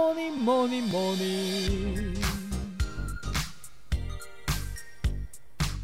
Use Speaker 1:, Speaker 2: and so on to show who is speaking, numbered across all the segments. Speaker 1: morning morning。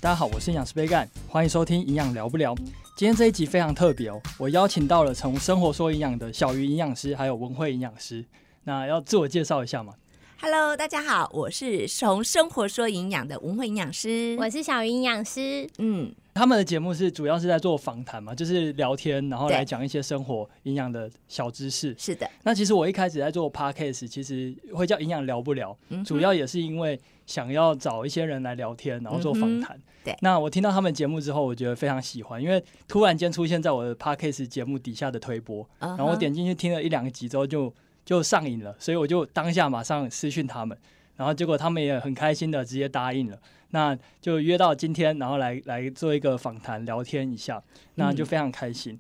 Speaker 1: 大家好，我是营养师杯盖，欢迎收听《营养聊不聊》。今天这一集非常特别哦，我邀请到了从生活说营养的小鱼营养师，还有文慧营养师。那要自我介绍一下嘛？
Speaker 2: Hello，大家好，我是从生活说营养的文慧营养师。
Speaker 3: 我是小云营养师，
Speaker 2: 嗯，
Speaker 1: 他们的节目是主要是在做访谈嘛，就是聊天，然后
Speaker 2: 对
Speaker 1: 来讲一些生活营养的小知识。
Speaker 2: 是的，
Speaker 1: 那其实我一开始在做 podcast，其实会叫营养聊不聊，
Speaker 2: 嗯哼
Speaker 1: 主要也是因为想要找一些人来聊天，然后做访谈。
Speaker 2: 嗯对
Speaker 1: 那我听到他们节目之后，我觉得非常喜欢，因为突然间出现在我的 podcast 节目底下的推播，
Speaker 2: 然
Speaker 1: 然后我点进去听了一两集之后就就上瘾了，所以我就当下马上私讯他们，然后结果他们也很开心的直接答应了，那就约到今天，然后来来做一个访谈聊天一下，那
Speaker 2: 嗯
Speaker 1: 就非常开心。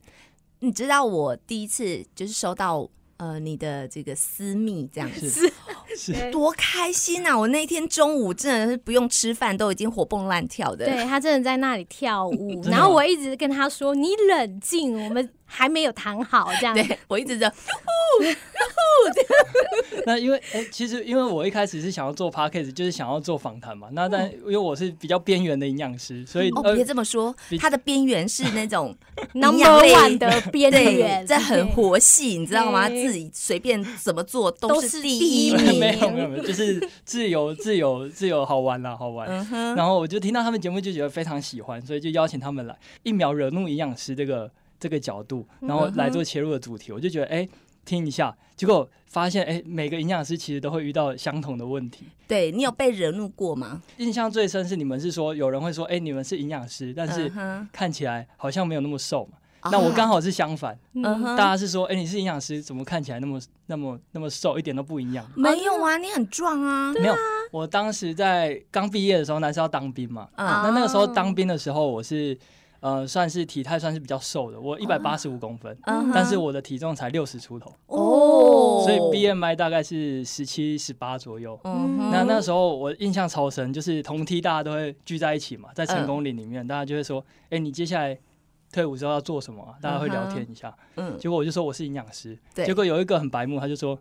Speaker 2: 你知道我第一次就是收到呃你的这个私密这样子，
Speaker 1: 是是，
Speaker 2: 多开心啊！我那天中午真的是不用吃饭，都已经活蹦乱跳的。
Speaker 3: 对他真的在那里跳舞
Speaker 1: 真，的吗
Speaker 3: 然后我一直跟他说：“你冷静，我们还没有谈好。”这样，
Speaker 2: 对我一直哦在，
Speaker 1: 那因为哎、其实因为我一开始是想要做 podcast，就是想要做访谈嘛。那但因为我是比较边缘的营养师，所以、
Speaker 2: 嗯哦，
Speaker 1: 呃
Speaker 2: 别这么说
Speaker 1: 比，
Speaker 2: 它的边缘是那种营
Speaker 3: Number
Speaker 2: 养类
Speaker 3: One 的 边
Speaker 2: 对
Speaker 3: 缘，，
Speaker 2: 这很
Speaker 3: 对
Speaker 2: 活戏，你知道吗？
Speaker 3: 对
Speaker 2: 自己随便怎么做
Speaker 3: 都
Speaker 2: 是
Speaker 3: 是
Speaker 2: 第
Speaker 3: 第
Speaker 2: 一
Speaker 3: 一
Speaker 2: 名。
Speaker 3: 名
Speaker 1: 没有没有没有，就是自由自由自由好玩啦，好玩。
Speaker 2: 嗯哼，
Speaker 1: 然后我就听到他们节目就觉得非常喜欢，所以就邀请他们来一秒惹怒营养师这个这个角度，然
Speaker 2: 嗯
Speaker 1: 后来做切入的主题。我就觉得哎、听一下，结果发现哎、每个营养师其实都会遇到相同的问题。
Speaker 2: 对你有被惹怒过吗？
Speaker 1: 印象最深是你们是说有人会说哎、你们是营养师，但是
Speaker 2: 嗯哼
Speaker 1: 看起来好像没有那么瘦嘛。那我刚好是相反。
Speaker 2: 啊嗯哼
Speaker 1: 大家是说，哎、你是营养师，怎么看起来那么那么那么瘦，一点都不营养？
Speaker 2: 没有啊，你很壮啊。
Speaker 1: 没有，我当时在刚毕业的时候，那是要当兵嘛。
Speaker 2: 啊
Speaker 1: 那那个时候当兵的时候，我是呃，算是体态算是比较瘦的，我一百八十五公分，
Speaker 2: 嗯哼
Speaker 1: 但是我的体重才六十出头，
Speaker 2: 哦，
Speaker 1: 所以 BMI 大概是十七、十八左右。
Speaker 2: 嗯哼，
Speaker 1: 那那时候我印象超深，就是同梯大家都会聚在一起嘛，在
Speaker 2: 嗯
Speaker 1: 成功岭里面，大家就会说，哎、你接下来退伍之后要做什么、啊？大家会聊天一下。
Speaker 2: 嗯
Speaker 1: 结果我就说我是营养师，
Speaker 2: 对
Speaker 1: 结果有一个很白目，他就说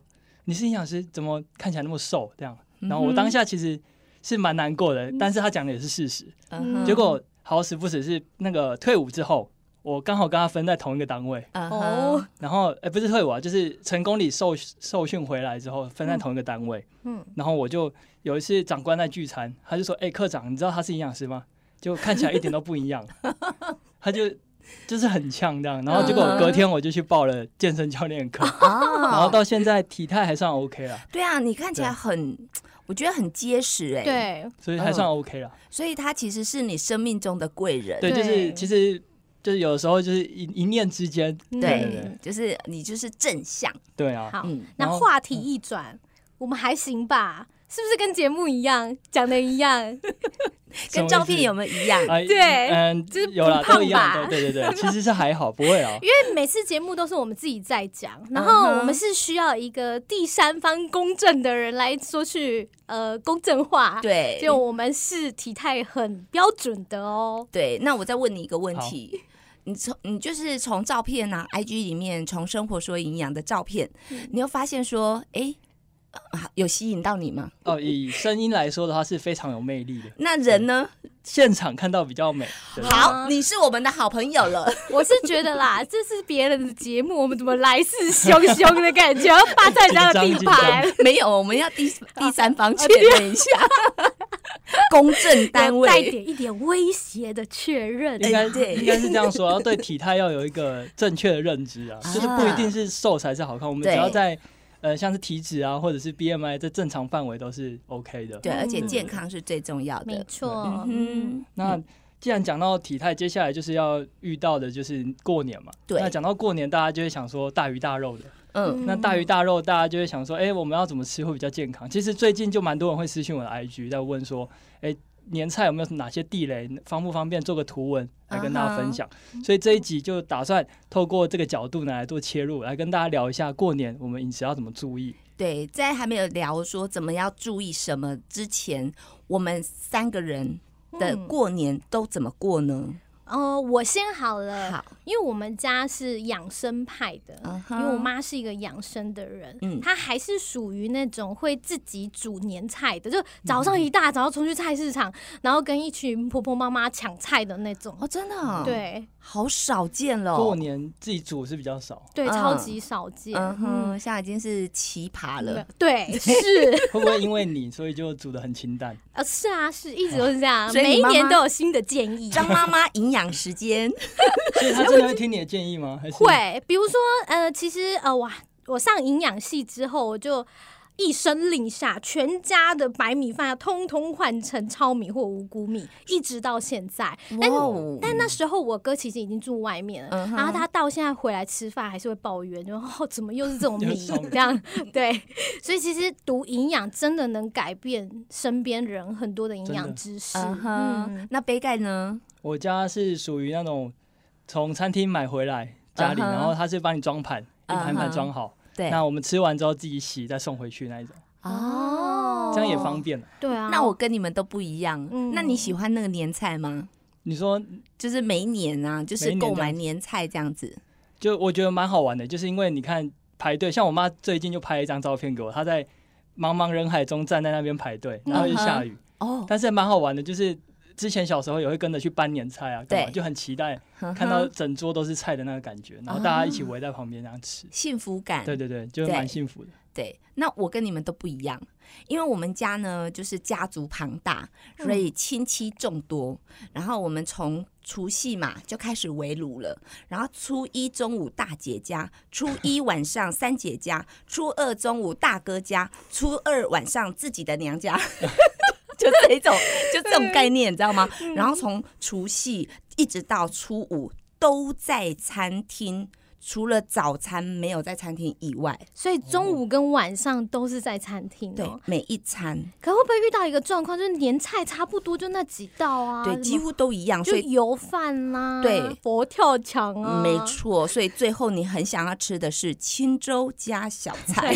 Speaker 1: 你是营养师，怎么看起来那么瘦？这样，然后我
Speaker 2: 嗯哼
Speaker 1: 当下其实是蛮难过的，但是他讲的也是事实。
Speaker 2: 嗯哼
Speaker 1: 结果好死不死是那个退伍之后，我刚好跟他分在同一个单位，
Speaker 2: 嗯哼
Speaker 3: 哦，
Speaker 1: 然后哎、不是退伍啊，就是成功里受受训回来之后分在同一个单位，
Speaker 3: 嗯，
Speaker 1: 然后我就有一次长官在聚餐，他就说：“哎、科长，你知道他是营养师吗？就看起来一点都不营 养。”他就就是很呛这样，然后结果
Speaker 2: 嗯
Speaker 1: 隔天我就去报了健身教练课， 然后
Speaker 2: 哦，
Speaker 1: 到现在体态还算 OK 啦，
Speaker 2: 对啊，你看起来很，我觉得很结实哎。，
Speaker 3: 对，
Speaker 1: 所以还算 OK 啦。
Speaker 2: 所以他其实是你生命中的贵人。
Speaker 1: 对，就
Speaker 3: 呃对
Speaker 1: 是其实就是有时候就是一一念之间，对
Speaker 2: 对
Speaker 1: 对，
Speaker 2: 就是你就是正向。
Speaker 1: 对啊，
Speaker 3: 嗯好
Speaker 2: 嗯，
Speaker 3: 那
Speaker 1: 然后
Speaker 3: 话题一转，我们还行吧？是不是跟节目一样讲的 一样？
Speaker 2: 跟照片有
Speaker 1: 没
Speaker 2: 没有一样？
Speaker 1: 哎
Speaker 3: 对
Speaker 1: 嗯
Speaker 3: 就是，不
Speaker 1: 有啦，
Speaker 3: 胖
Speaker 1: 都一样，
Speaker 3: 吧
Speaker 1: 对对对对，其实是还好，不会啊。
Speaker 3: 因为每次节目都是我们自己在讲，然后
Speaker 2: 嗯哼
Speaker 3: 我们是需要一个第三方公正的人来说去呃公正化。，
Speaker 2: 对，
Speaker 3: 就我们是体态很标准的哦。
Speaker 2: 对。那我再问你一个问题。你从你就是从照片啊，IG 里面从生活说营养的照片，你又发现说，哎、啊有吸引到你吗？
Speaker 1: 哦，以声音来说的话，是非常有魅力的，
Speaker 2: 那人呢？
Speaker 1: 现场看到比较美。
Speaker 3: 嗯
Speaker 1: 对
Speaker 2: 好，你是我们的好朋友 了。
Speaker 3: 我是觉得啦， 这是别人的节目，我们怎么来势汹汹的感觉，要霸占人家的地
Speaker 1: 紧张
Speaker 3: 盘？
Speaker 2: 没有，我们要第第三方 确认一下， 公证单
Speaker 3: 哦有带
Speaker 2: 位。
Speaker 3: 点一点威胁的确认，
Speaker 1: 应该
Speaker 2: 哎对
Speaker 1: 应该是这样说，要对体态要有一个正确的认知啊，
Speaker 2: 啊
Speaker 1: 就是不一定是瘦才是好看，我们只
Speaker 2: 对
Speaker 1: 要在呃像是体脂啊或者是 BMI 在正常范围都是 OK 的。
Speaker 2: 对，而且
Speaker 3: 嗯
Speaker 2: 健康是最重要
Speaker 3: 没
Speaker 2: 的。
Speaker 3: 错，嗯
Speaker 2: 嗯，
Speaker 1: 那既然讲到体态，接下来就是要遇到的就是过年嘛。
Speaker 2: 对
Speaker 1: 那讲到过年，大家就会想说大鱼大肉的。
Speaker 2: 嗯，
Speaker 1: 那大鱼大肉，大家就会想说，哎、我们要怎么吃会比较健康？其实最近就蛮多人会私信我的 IG 在问说，哎、年菜有没有哪些地雷，方不方便做个图文来跟大家分
Speaker 2: 啊
Speaker 1: 享所以这一集就打算透过这个角度呢来做切入，来跟大家聊一下过年我们饮食要怎么注意。
Speaker 2: 对，在还没有聊说怎么要注意什么之前，我们三个人的
Speaker 3: 嗯
Speaker 2: 过年都怎么过呢？
Speaker 3: 呃，我先好了，
Speaker 2: 好，
Speaker 3: 因为我们家是养生派的，
Speaker 2: 嗯
Speaker 3: 因
Speaker 2: 哼
Speaker 3: 为我妈是一个养生的人，
Speaker 2: 嗯
Speaker 3: 她还是属于那种会自己煮年菜的，就早
Speaker 2: 嗯
Speaker 3: 上一大早冲去菜市场，然后跟一群婆婆妈妈抢菜的那种。
Speaker 2: 哦，真的、哦，，
Speaker 3: 对
Speaker 2: 好少见了。
Speaker 1: 过年自己煮是比较少，
Speaker 3: 对，
Speaker 2: 嗯
Speaker 3: 超级少见。
Speaker 2: 嗯哼，
Speaker 3: 嗯
Speaker 2: 现在已经是奇葩了。
Speaker 3: 对，是
Speaker 1: 会不会因为你所以就煮的很清 淡？
Speaker 3: 啊，是啊，是一直都是这样，
Speaker 2: 所以
Speaker 3: 每
Speaker 2: 你
Speaker 3: 一
Speaker 2: 妈妈
Speaker 3: 年都有新的建议。
Speaker 2: 张妈妈营养时间，
Speaker 1: 所以他真的会听你的建议吗？还是
Speaker 3: 会，比如说，呃，其实呃，哇，我上营养系之后，我就一声令下，全家的白米饭要通通换成糙米或五谷米，一直到现在。
Speaker 2: 哇
Speaker 3: 但
Speaker 2: 哦，
Speaker 3: 但那时候我哥其实已经住外面了，
Speaker 2: 嗯哼
Speaker 3: 然后他到现在回来吃饭还是会抱怨，就哦怎么又是这 种
Speaker 1: 又
Speaker 3: 米
Speaker 1: 是糙米
Speaker 3: 这样？对，所以其实读营养真的能改变身边人很多的营
Speaker 1: 真
Speaker 3: 养
Speaker 1: 的
Speaker 3: 知识。
Speaker 2: 嗯哼
Speaker 3: 嗯，
Speaker 2: 那杯盖呢？
Speaker 1: 我家是属于那种从餐厅买回来家里，
Speaker 2: 嗯哼
Speaker 1: 然后他是帮你装盘，一盘
Speaker 2: 嗯
Speaker 1: 盘
Speaker 2: 哼
Speaker 1: 装好。
Speaker 2: 对，
Speaker 1: 那我们吃完之后自己洗再送回去那一种，
Speaker 2: 哦，
Speaker 1: 这样也方。便了。
Speaker 3: 对啊，
Speaker 2: 那我跟你们都不一样。
Speaker 3: 嗯
Speaker 2: 那你喜欢那个年菜吗？
Speaker 1: 你说，
Speaker 2: 就是每一年啊，就是
Speaker 1: 每一年
Speaker 2: 购
Speaker 1: 这
Speaker 2: 买
Speaker 1: 样子
Speaker 2: 年菜这样子。
Speaker 1: 就我觉得蛮好玩的，就是因为你看排队，像我妈最近就拍了一张照片给我，她在茫茫人海中站在那边排队，
Speaker 2: 嗯
Speaker 1: 然后又下雨，
Speaker 2: 哦，
Speaker 1: 但是蛮好玩的，就是。之前小时候也会跟着去搬年菜啊，干嘛
Speaker 2: 对
Speaker 1: 就很期待
Speaker 2: 呵呵
Speaker 1: 看到整桌都是菜的那个感
Speaker 2: 啊
Speaker 1: 觉，然后大家一起围在旁边这样吃，
Speaker 2: 幸福感。
Speaker 1: 对对对，就
Speaker 2: 对
Speaker 1: 蛮幸福的。
Speaker 2: 对，那我跟你们都不一样，因为我们家呢就是家族庞大，
Speaker 3: 嗯
Speaker 2: 所以亲戚众多。然后我们从除夕嘛就开始围炉了，然后初一中午大姐家，初一晚上三姐家，初二中午大哥家，初二晚上自己的娘家。 就这一种，就这种概念，你知道吗？然后从除夕一直到初五都在餐厅，除了早餐没有在餐厅以外，
Speaker 3: 所以中午跟晚上都是在餐厅、
Speaker 2: 嗯
Speaker 3: 哦。
Speaker 2: 对，每一餐，
Speaker 3: 可会不会遇到一个状况，就是年菜差不多就那几道啊？
Speaker 2: 对，
Speaker 3: 什么
Speaker 2: 几乎都一样，
Speaker 3: 就
Speaker 2: 所以。
Speaker 3: 油饭啦、
Speaker 2: 对
Speaker 3: 佛跳墙啊，
Speaker 2: 没错，所以最后你很想要吃的是清粥加小菜，
Speaker 3: 真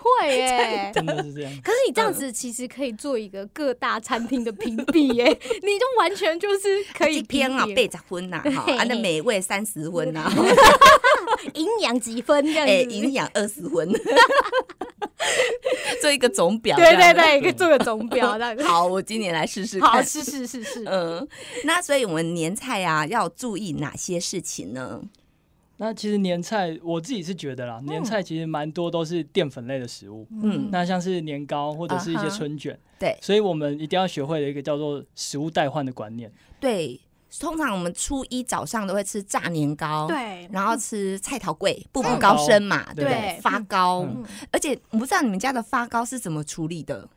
Speaker 3: 会耶、
Speaker 1: 真的是这样。
Speaker 3: 可是你这样子其实可以做一个各大餐厅的评比 耶、你就完全就是 可以
Speaker 2: 一天啊
Speaker 3: 评比
Speaker 2: 背着荤呐，哈，
Speaker 3: 对
Speaker 2: 啊那美味三十荤 呐，
Speaker 3: 营养几分这样子。
Speaker 2: 哎 营养二十荤， 做一个总表。
Speaker 3: 对
Speaker 2: 这样
Speaker 3: 对
Speaker 2: 子
Speaker 3: 对，可以做个总表这样子。
Speaker 2: 好，我今年来试试
Speaker 3: 嗯 好，
Speaker 2: 看。
Speaker 3: 是是是是，
Speaker 2: 嗯，那所以我们年菜啊要注意哪些事情呢？
Speaker 1: 那其实年菜，我自己是觉得啦，年菜其实蛮多都是淀粉类的食物，
Speaker 2: 嗯，
Speaker 1: 那像是年糕或者是一
Speaker 2: 啊哈
Speaker 1: 些春卷，
Speaker 2: 对
Speaker 1: 所以我们一定要学会的一个叫做食物代换的观念。
Speaker 2: 对，通常我们初一早上都会吃炸年
Speaker 3: 嗯
Speaker 2: 糕，
Speaker 3: 对，
Speaker 2: 然后吃菜头粿，步步
Speaker 1: 嗯
Speaker 2: 高升嘛，对
Speaker 1: 对
Speaker 2: 不对？
Speaker 3: 嗯
Speaker 2: 发糕，
Speaker 1: 嗯
Speaker 2: 而且我不知道你们家的发糕是怎么处理的，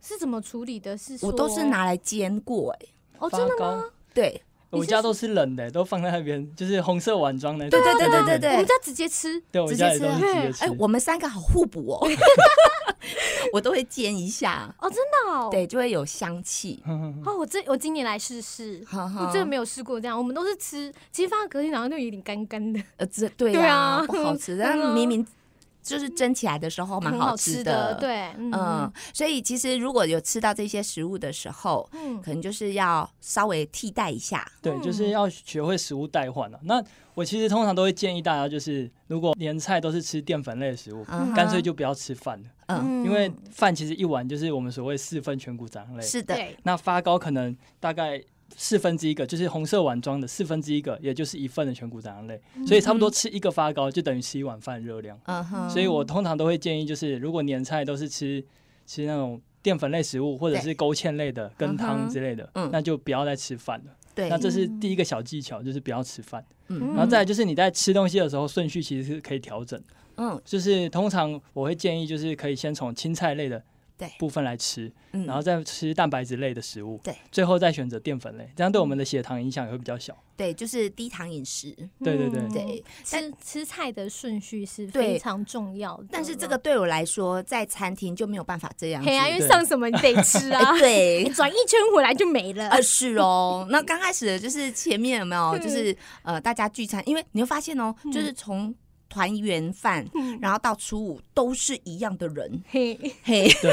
Speaker 3: 是怎么处理的？是说
Speaker 2: 我都是拿来煎过、哎，
Speaker 3: 哦，
Speaker 1: 发
Speaker 3: 真的吗？
Speaker 1: 糕，
Speaker 2: 对，
Speaker 1: 我家都是冷的、都放在那边，就是红色碗装那种。
Speaker 2: 对对对对对
Speaker 3: 我们家直接吃，
Speaker 1: 对，我
Speaker 2: 直
Speaker 1: 家
Speaker 2: 接
Speaker 1: 也
Speaker 2: 吃
Speaker 1: 都是直接吃。
Speaker 2: 哎、我们三个好互补 哦，我都会煎一下，
Speaker 3: 哦，真的哦，
Speaker 2: 对，就会有香气，
Speaker 3: 哦，我这我今年来试试，
Speaker 2: 哈
Speaker 3: 我
Speaker 2: 哈，
Speaker 3: 真的没有试哦过这样，我们都是吃，其实放到隔天早上就有点干干的，
Speaker 2: 呃，这对
Speaker 3: 对
Speaker 2: 呀、
Speaker 3: 啊
Speaker 2: 不 好吃，
Speaker 3: 嗯
Speaker 2: 但
Speaker 3: 啊
Speaker 2: 明明就是蒸起来的时候蛮
Speaker 3: 很好
Speaker 2: 吃
Speaker 3: 的，，对，
Speaker 2: 嗯
Speaker 3: 嗯，
Speaker 2: 所以其实如果有吃到这些食物的时候，
Speaker 3: 嗯，
Speaker 2: 可能就是要稍微替代一下，
Speaker 1: 对，就是要学会食物代换了、啊那我其实通常都会建议大家，就是如果年菜都是吃淀粉类的食物，
Speaker 2: 嗯
Speaker 1: 干脆就不要吃饭了，
Speaker 2: 嗯，
Speaker 1: 因为饭其实一碗就是我们所谓四份全谷杂粮类。
Speaker 2: 是的，
Speaker 3: 对，
Speaker 1: 那发糕可能大概四分之一个，就是红色碗装的四分之一个，也就是一份的全谷杂粮类，所以差不多吃一个发糕就等于吃一碗饭热量。
Speaker 2: 嗯哼，
Speaker 1: 所以我通常都会建议，就是如果年菜都是吃吃那种淀粉类食物或者是勾芡类的
Speaker 2: 嗯哼
Speaker 1: 羹汤之类的，
Speaker 2: 嗯
Speaker 1: 那就不要再吃饭了。
Speaker 2: 对
Speaker 1: 那，这是第一个小技巧，就是不要吃饭。
Speaker 2: 嗯
Speaker 1: 然后再来就是你在吃东西的时候顺序其实是可以调整，
Speaker 2: 嗯，
Speaker 1: 就是通常我会建议就是可以先从青菜类的
Speaker 2: 对
Speaker 1: 部分来吃，
Speaker 2: 嗯
Speaker 1: 然后再吃蛋白质类的食物，
Speaker 2: 对，嗯
Speaker 1: 最后再选择淀粉类，这样对我们的血糖影响也会比较 小。
Speaker 2: 对，就是低糖饮食，
Speaker 1: 对对对
Speaker 3: 嗯
Speaker 2: 对，
Speaker 3: 吃吃菜的顺序是
Speaker 2: 对
Speaker 3: 非常重要的，
Speaker 2: 但是这个。对我来说，在餐厅就没有办法这样子，
Speaker 3: 嘿啊，因为
Speaker 1: 对
Speaker 3: 上什么你得吃 啊
Speaker 2: 哎，对
Speaker 3: 你。转一圈回来就没了。
Speaker 2: 呃，是哦，那刚开始就是前面有没有，
Speaker 3: 嗯
Speaker 2: 就是呃，大家聚餐，因为你会发现哦，就是从团圆饭，然后到初五都是一样的人，
Speaker 3: 嗯嘿，
Speaker 2: 嘿，
Speaker 1: 对，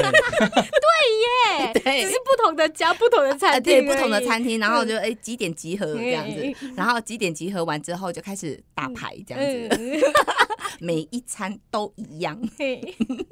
Speaker 3: 哎
Speaker 2: 对
Speaker 3: 只是不同的家、不同的
Speaker 2: 呃
Speaker 3: 餐
Speaker 2: 对，
Speaker 3: 厅而已、
Speaker 2: 不同的餐厅，然后就哎几点集合这样
Speaker 3: 嘿
Speaker 2: 子，然后几点集合完之后就开始打牌这样子，
Speaker 3: 嗯，
Speaker 2: 每一餐都一样。
Speaker 3: 嘿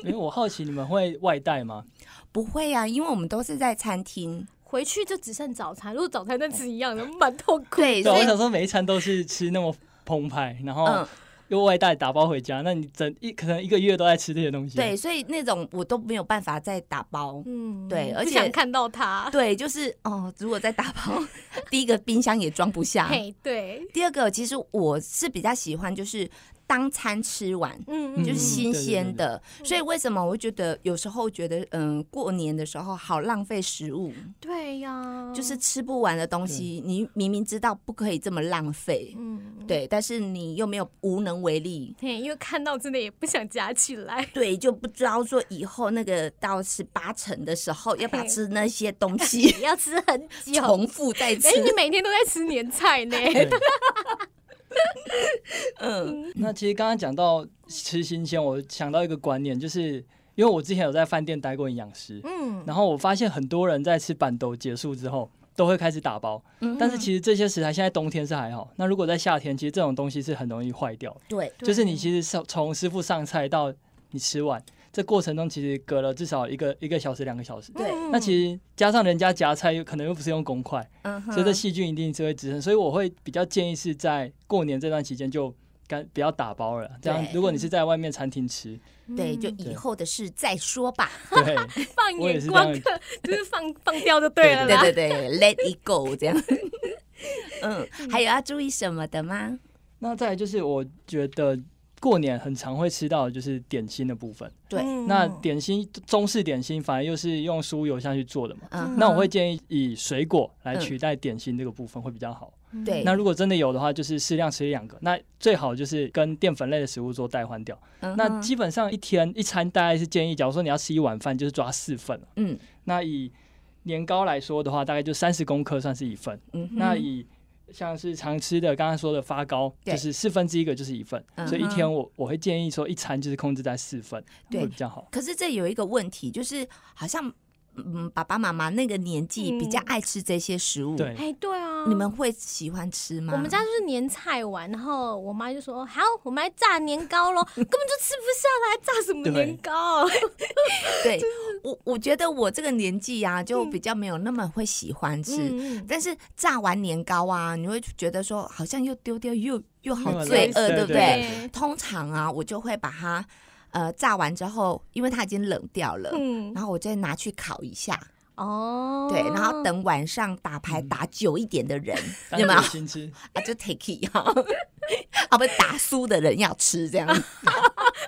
Speaker 1: 因为我好奇你们会外带吗？
Speaker 2: 不会啊，因为我们都是在餐厅，
Speaker 3: 回去就只剩早餐，如果早餐再吃一样的，蛮痛苦。
Speaker 2: 对，
Speaker 1: 对，啊
Speaker 2: 所
Speaker 1: 我
Speaker 2: 以
Speaker 1: 想说每一餐都是吃那么澎湃，然后
Speaker 2: 嗯，
Speaker 1: 又外带打包回家，那你整一可能一个月都在吃这些东西。
Speaker 2: 对，，所以那种我都没有办法再打包。
Speaker 3: 嗯
Speaker 2: 对而且
Speaker 3: 不想看到他。
Speaker 2: 对，就是哦，如果再打包， 第一个冰箱也装不下。
Speaker 3: 嘿，对，
Speaker 2: 第二个，其实我是比较喜欢就是当餐吃完，
Speaker 3: 嗯，
Speaker 2: 就是新鲜的。
Speaker 3: 对对
Speaker 2: 所以为什么我会觉得有时候觉得，嗯，过年的时候好浪费食物，
Speaker 3: 对呀，
Speaker 2: 就是吃不完的东西，你明明知道不可以这么浪费，
Speaker 3: 嗯，
Speaker 2: 对，但是你又没有无能为力。
Speaker 3: 嘿，因为看到真的也不想夹起来。
Speaker 2: 对，就不知道说以后那个到十八层的时候，要不要
Speaker 3: 嘿
Speaker 2: 吃那些东西，
Speaker 3: 也 要吃很久。
Speaker 2: 重复再吃
Speaker 3: 哎、。你每天都在吃年 菜呢？
Speaker 1: 对。
Speaker 2: 嗯，
Speaker 1: 那其实刚刚讲到吃新鲜，我想到一个观念，就是因为我之前有在饭店待过营养师，
Speaker 3: 嗯，
Speaker 1: 然后我发现很多人在吃板豆结束之后。都会开始打包，
Speaker 2: 嗯
Speaker 1: 但是其实这些食材现在冬天是还好，那如果在夏天，其实这种东西是很容易坏掉的。
Speaker 2: 对，
Speaker 3: 对
Speaker 1: 就是你其实从从师傅上菜到你吃完，这过程中其实隔了至少一个一个小时、两个小
Speaker 3: 嗯
Speaker 1: 时。
Speaker 2: 对
Speaker 1: 那其实加上人家夹菜，又可能又不是用公筷，
Speaker 2: 嗯哼
Speaker 1: 所以这细菌一定是会滋生。所以我会比较建议是在过年这段期间就干不要打包了。这样
Speaker 2: 对，
Speaker 1: 如果你是在外面餐厅 吃，
Speaker 3: 嗯
Speaker 2: 对，就以
Speaker 1: 对
Speaker 2: 后的事再说吧。
Speaker 1: 对
Speaker 3: 放
Speaker 1: 我也
Speaker 3: 眼
Speaker 1: 是
Speaker 3: 光
Speaker 1: 这样
Speaker 3: 看，就是放放掉就对了
Speaker 2: 对
Speaker 3: 啦。
Speaker 2: 对对，Let it go 这样。嗯，还有要注意什么的吗？
Speaker 1: 那再来就是我觉得过年很常会吃到的就是点心的部分。
Speaker 2: 对
Speaker 3: 嗯
Speaker 1: 那点心中式点心反而又是用酥油下去做的嘛。
Speaker 2: 嗯，
Speaker 1: 那我会建议以水果来取代点心这个部分会比较好。
Speaker 2: 对
Speaker 1: 那如果真的有的话，就是适量吃一两个。那最好就是跟淀粉类的食物做代换掉。
Speaker 2: 嗯
Speaker 1: 那
Speaker 2: 哼
Speaker 1: 基本上一天一餐大概是建议，假如说你要吃一碗饭，就是抓四份了
Speaker 2: 嗯
Speaker 1: 那以年糕来说的话，大概就三十公克算是一份。
Speaker 2: 嗯哼，
Speaker 1: 那以像是常吃的刚刚说的发糕，
Speaker 2: 对
Speaker 1: 就是四分之一个就是一份，
Speaker 2: 嗯哼
Speaker 1: 所以一天我我会建议说一餐就是控制在四份
Speaker 2: 对
Speaker 1: 会比较好。
Speaker 2: 可是这有一个问题，就是好像嗯，爸爸妈妈那个年纪
Speaker 3: 嗯
Speaker 2: 比较爱吃这些食物，
Speaker 1: 对，
Speaker 3: 哎、对啊，
Speaker 2: 你们会喜欢吃吗？
Speaker 3: 我们家就是年菜完，然后我妈就说：“好，我们来炸年 糕喽！”根本就吃不下来，炸什么年糕？
Speaker 2: 对我，我觉得我这个年纪啊，就比较没有那么会喜欢吃。
Speaker 3: 嗯，
Speaker 2: 但是炸完年糕啊，你会觉得说好像又丢掉又
Speaker 1: 那
Speaker 2: 又好
Speaker 1: 么
Speaker 2: 罪
Speaker 1: 类似
Speaker 2: 恶，对
Speaker 1: 对
Speaker 2: 不对？通常啊，我就会把它呃炸完之后，因为它已经冷掉了，
Speaker 3: 嗯，
Speaker 2: 然后我再拿去烤一下，
Speaker 3: 哦，
Speaker 2: 对，然后等晚上打牌
Speaker 1: 嗯
Speaker 2: 打久一点的人
Speaker 1: 当
Speaker 2: 有没有
Speaker 1: 点心吃，
Speaker 2: 啊，就 take it 哈， 啊不打输的人要吃这样，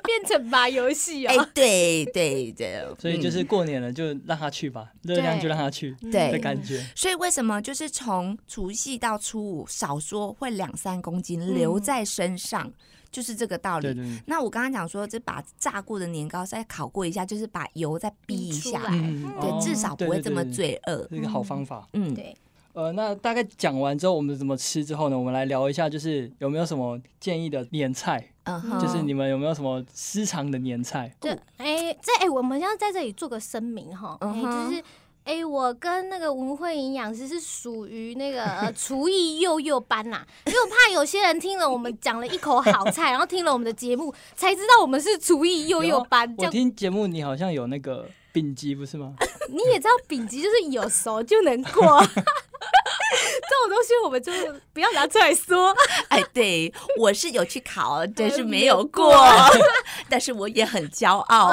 Speaker 3: 变成吧游戏
Speaker 2: 哎
Speaker 3: 哦。
Speaker 2: 对对对，
Speaker 1: 所以就
Speaker 2: 嗯
Speaker 1: 是过年了就让他去吧，热量就让他去
Speaker 2: 对
Speaker 1: 的感觉。
Speaker 2: 所以为什么就是从除夕到初五，少说会两三公斤留
Speaker 3: 嗯
Speaker 2: 在身上，就是这个道理
Speaker 1: 对。对对，
Speaker 2: 那我刚刚讲说，这把炸过的年糕再烤过一下，就是把油再逼一
Speaker 3: 逼出
Speaker 2: 下，
Speaker 3: 来
Speaker 1: 嗯，
Speaker 3: 对
Speaker 1: 哦
Speaker 2: 对，至少不会这么，罪恶。
Speaker 1: 对对对是一个好方法。
Speaker 2: 嗯，
Speaker 3: 对，
Speaker 1: 呃，那大概讲完之后，我们怎么吃之后呢？我们来聊一下，就是有没有什么建议的年菜？
Speaker 2: 嗯
Speaker 3: 嗯
Speaker 2: 哼，
Speaker 1: 就是你们有没有什么私藏的年菜？
Speaker 3: 这哎、这哎、我们要在这里做个声明哈，哎、
Speaker 2: 嗯哼
Speaker 3: 就是。哎、我跟那个文慧营养师是属于那个呃厨艺幼幼班呐、因为我怕有些人听了我们讲了一口好菜，然后听了我们的节目才知道我们是厨艺幼幼班，这
Speaker 1: 我
Speaker 3: 样
Speaker 1: 听节目你好像有那个丙级，不是 吗？
Speaker 3: 你也知道丙级就是有熟就能过， 这种东西我们就不要拿出 来说。
Speaker 2: 哎，对，我是有去考，但是没有过， 但是我也很骄 傲。
Speaker 1: 好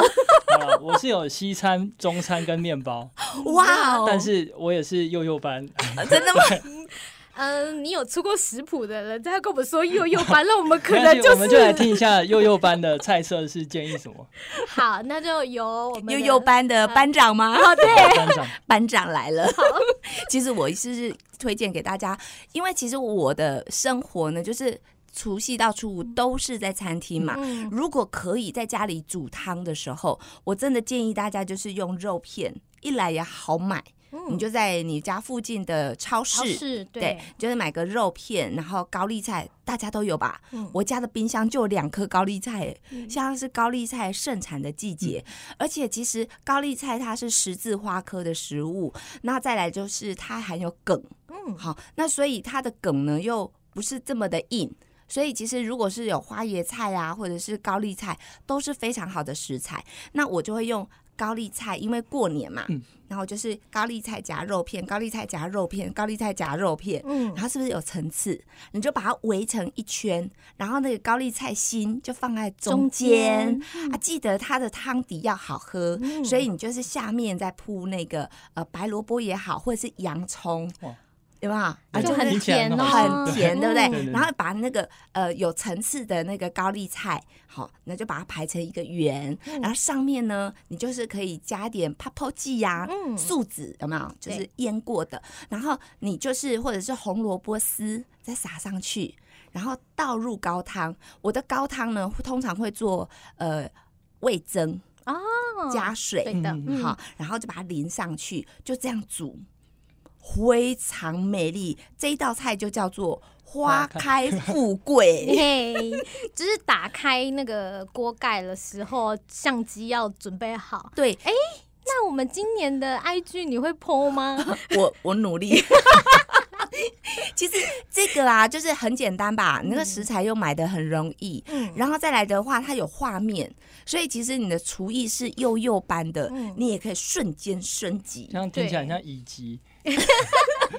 Speaker 1: 啦啊我是有西餐、中餐跟面包，
Speaker 2: 哇哦！
Speaker 1: 但是我也是幼幼班，
Speaker 2: 真的吗？
Speaker 3: 嗯，你有出过食谱的人，再跟我们说幼幼班，那我们可
Speaker 1: 没
Speaker 3: 能
Speaker 1: 关系
Speaker 3: 就
Speaker 1: 我们就来
Speaker 3: 是
Speaker 1: 听一下幼幼班的菜色是建议什么。
Speaker 3: 好，那就由我们的哦
Speaker 2: 悠悠班的班长吗？
Speaker 1: 班长，
Speaker 2: 班长来了。 其实我是推荐给大家，因为其实我的生活呢，就是除夕到初五都是在餐厅嘛。
Speaker 3: 嗯
Speaker 2: 如果可以在家里煮汤的时候，我真的建议大家就是用肉片，一来也好买，
Speaker 3: 嗯
Speaker 2: 你就在你家附近的超市
Speaker 3: 超，市
Speaker 2: 对
Speaker 3: 哦对，，
Speaker 2: 就是买个肉片，然后高丽菜，大家都有吧？
Speaker 3: 嗯
Speaker 2: 我家的冰箱就有两颗高丽菜，欸
Speaker 3: 嗯
Speaker 2: 像是高丽菜盛产的季节，而且其实高丽菜它是十字花科的食物，那再来就是它含有梗，
Speaker 3: 嗯
Speaker 2: 好，那所以它的梗呢又不是这么的硬。所以其实如果是有花椰菜啊，或者是高丽菜，都是非常好的食材。那我就会用高丽菜，因为过年嘛，
Speaker 1: 嗯
Speaker 2: 然后就是高丽菜夹肉片，高丽菜夹肉片，高丽菜夹肉片，
Speaker 3: 嗯
Speaker 2: 然后是不是有层次？你就把它围成一圈，然后那个高丽菜心就放在中间。啊，记得它的汤底要好喝，
Speaker 3: 嗯
Speaker 2: 所以你就是下面再铺那个呃白萝卜也好，或者是洋葱
Speaker 1: 哇，
Speaker 2: 有没有？啊，
Speaker 1: 对
Speaker 3: 就
Speaker 2: 就
Speaker 3: 很
Speaker 2: 是
Speaker 1: 听起来
Speaker 3: 甜
Speaker 1: 很
Speaker 3: 哦，
Speaker 1: 好吃
Speaker 2: 很甜，对不
Speaker 1: 对
Speaker 2: 对？
Speaker 1: 对
Speaker 2: 然后把那个呃有层次的那个高丽菜，好，那就把它排成一个圆，
Speaker 3: 嗯
Speaker 2: 然后上面呢，你就是可以加点泡泡剂呀、
Speaker 3: 嗯
Speaker 2: 素子有没有？就
Speaker 3: 对
Speaker 2: 是腌过的，然后你就是或者是红萝卜丝再撒上去，然后倒入高汤。我的高汤呢，通常会做呃味增
Speaker 3: 哦
Speaker 2: 加水，
Speaker 3: 对的，
Speaker 1: 嗯
Speaker 3: 嗯
Speaker 2: 好，，然后就把它淋上去，就这样煮，非常美丽。这一道菜就叫做花
Speaker 1: 花
Speaker 2: 开富 贵。
Speaker 3: 嘿，就是打开那个锅盖的时候，相机要准备好。
Speaker 2: 对
Speaker 3: 那我们今年的 IG 你会 PO 吗？
Speaker 2: 我，我努力。 其实这个啊，就是很简单吧，那个食材又买的很容易，
Speaker 3: 嗯
Speaker 2: 然后再来的话，它有画面，所以其实你的厨艺是幼幼班的，
Speaker 3: 嗯
Speaker 2: 你也可以瞬间升级。
Speaker 1: 这样听起来很像乙级，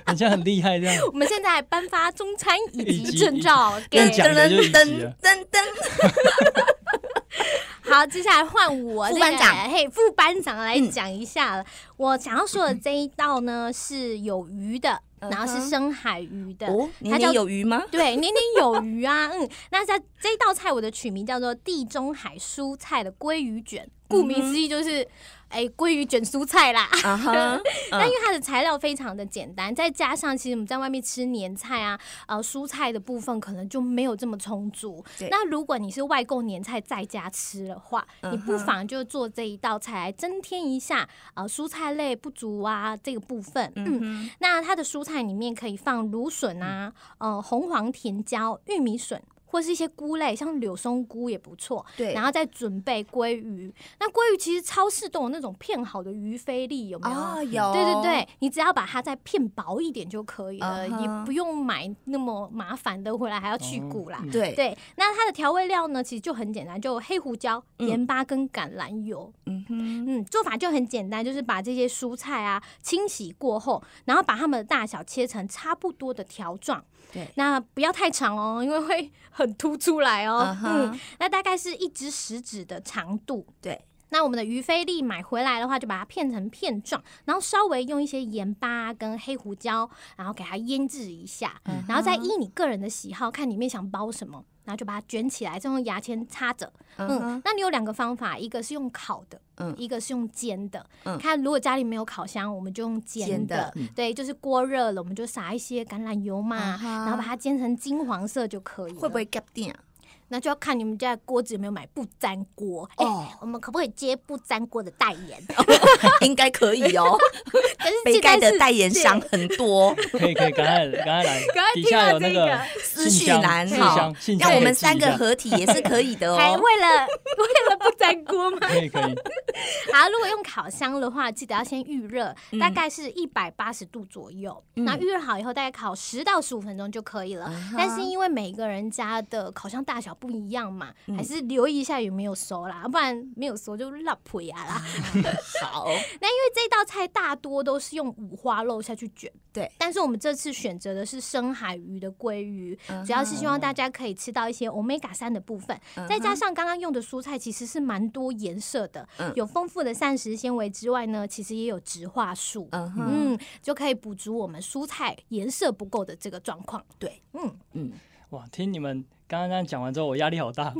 Speaker 1: 很像很厉害这样。
Speaker 3: 我们现在还颁发中餐以
Speaker 1: 以
Speaker 3: 及
Speaker 1: 及
Speaker 3: 证照给
Speaker 1: 认讲的就一级
Speaker 2: 噔
Speaker 1: 了
Speaker 2: 噔噔，
Speaker 3: 好，接下来换我
Speaker 2: 副
Speaker 3: 这个
Speaker 2: 班长嗯
Speaker 3: 嘿，副班长来讲一下了。我想要说的这一道呢是有鱼的，
Speaker 2: 嗯哼
Speaker 3: 然后是深海鱼的。
Speaker 2: 哦，年
Speaker 3: 它叫
Speaker 2: 年有余 吗？
Speaker 3: 对，年年有余啊，嗯，那在这一道菜，我的取名叫做地中海蔬菜的鲑鱼卷，顾名思义就是，哎、鲑鱼卷蔬菜啦。
Speaker 2: 啊哈，
Speaker 3: 但因为它的材料非常的简单，再加上其实我们在外面吃年菜啊，呃，蔬菜的部分可能就没有这么充足
Speaker 2: 对。
Speaker 3: 那如果你是外购年菜在家吃的话，
Speaker 2: 嗯哼
Speaker 3: 你不妨就做这一道菜来增添一下呃蔬菜类不足啊这个部分。嗯，
Speaker 2: 嗯
Speaker 3: 那它的蔬菜里面可以放芦笋啊，呃，红黄甜椒、玉米笋。或是一些菇类，像柳松菇也不错。
Speaker 2: 哼，对，
Speaker 3: 然后再准备鲑鱼，那鲑鱼其实超市都有那种片好的鱼菲力，有没有？
Speaker 2: 哦，有，
Speaker 3: 嗯对对对，你只要把它再片薄一点就可以了
Speaker 2: 嗯哼
Speaker 3: 也不用买那么麻烦的回来还要去骨啦。
Speaker 1: 哦嗯
Speaker 2: 对，
Speaker 3: 对，那它的调味料呢，其实就很简单，就黑胡椒、
Speaker 2: 嗯
Speaker 3: 盐巴跟橄榄油。
Speaker 2: 嗯哼，
Speaker 3: 嗯，做法就很简单，就是把这些蔬菜啊清洗过后，然后把它们的大小切成差不多的条状。
Speaker 2: 对
Speaker 3: 那不要太长哦，因为会很凸出来哦
Speaker 2: 嗯。
Speaker 3: 嗯
Speaker 2: 哼，，
Speaker 3: 那大概是一只食指的长度。
Speaker 2: 对，
Speaker 3: 那我们的鱼菲力买回来的话，就把它片成片状，然后稍微用一些盐巴跟黑胡椒，然后给它腌制一下，
Speaker 2: 嗯
Speaker 3: 然后再依你个人的喜好，看里面想包什么，然后就把它卷起来，再用牙签插着。
Speaker 2: 嗯
Speaker 3: 嗯
Speaker 2: 哼，
Speaker 3: 那你有两个方法，一个是用烤的，
Speaker 2: 嗯
Speaker 3: 一个是用煎的。
Speaker 2: 嗯
Speaker 3: 看如果家里没有烤箱，我们就用煎
Speaker 2: 煎
Speaker 3: 的
Speaker 2: 的，嗯
Speaker 3: 对，就是锅热了，我们就撒一些橄榄油嘛
Speaker 2: 啊。哈
Speaker 3: 然后把嗯它煎成金黄色就可以了。
Speaker 2: 会不会夹定啊？
Speaker 3: 那就要看你们家的锅子有没有买不粘锅
Speaker 2: 哦
Speaker 3: 哎我们可不可以接不粘锅的代言？
Speaker 2: 应该可以哦，
Speaker 3: 可是
Speaker 2: 杯
Speaker 3: 现
Speaker 2: 盖
Speaker 3: 在
Speaker 2: 的
Speaker 3: 是
Speaker 2: 代言商很 多，
Speaker 1: 可以可以，赶快赶快来
Speaker 3: 赶快，
Speaker 1: 底
Speaker 3: 听到
Speaker 1: 下有那
Speaker 3: 这
Speaker 1: 个
Speaker 3: 个
Speaker 2: 资
Speaker 1: 信
Speaker 2: 讯
Speaker 1: 箱
Speaker 2: 栏
Speaker 1: 信
Speaker 2: 哈
Speaker 1: 箱信箱
Speaker 2: 让我
Speaker 1: 可以
Speaker 2: 们
Speaker 1: 寄
Speaker 2: 三
Speaker 1: 这
Speaker 2: 个
Speaker 1: 样
Speaker 2: 合体也是可以的
Speaker 3: 还
Speaker 2: 哦。
Speaker 3: 为了 为了不粘锅吗？
Speaker 1: 可以可以，
Speaker 3: 好，如果用烤箱的话，记得要先预热，
Speaker 2: 嗯
Speaker 3: 大概是一百八十度左右。
Speaker 2: 嗯
Speaker 3: 那预热好以后，大概烤十到十五分钟就可以了。
Speaker 2: 啊哈
Speaker 3: 但是因为每个人家的烤箱大小不一样嘛，
Speaker 2: 嗯
Speaker 3: 还是留意一下有没有熟啦，不然没有熟就烂破牙啦。
Speaker 2: 好，
Speaker 3: 因为这道菜大多都是用五花肉下去卷，
Speaker 2: 对。
Speaker 3: 但是我们这次选择的是深海鱼的鲑鱼，
Speaker 2: 嗯
Speaker 3: 主要是希望大家可以吃到一些 omega 三的部分，
Speaker 2: 嗯哼
Speaker 3: 再加上刚刚用的蔬菜其实是蛮多颜色的，
Speaker 2: 嗯
Speaker 3: 有丰富的膳食纤维之外呢，其实也有植化素，
Speaker 2: 嗯 哼，
Speaker 3: 嗯，就可以补足我们蔬菜颜色不够的这个状况。
Speaker 2: 对，
Speaker 3: 嗯，
Speaker 2: 嗯，
Speaker 1: 哇！听你们刚刚这样讲完之后，我压力好 大，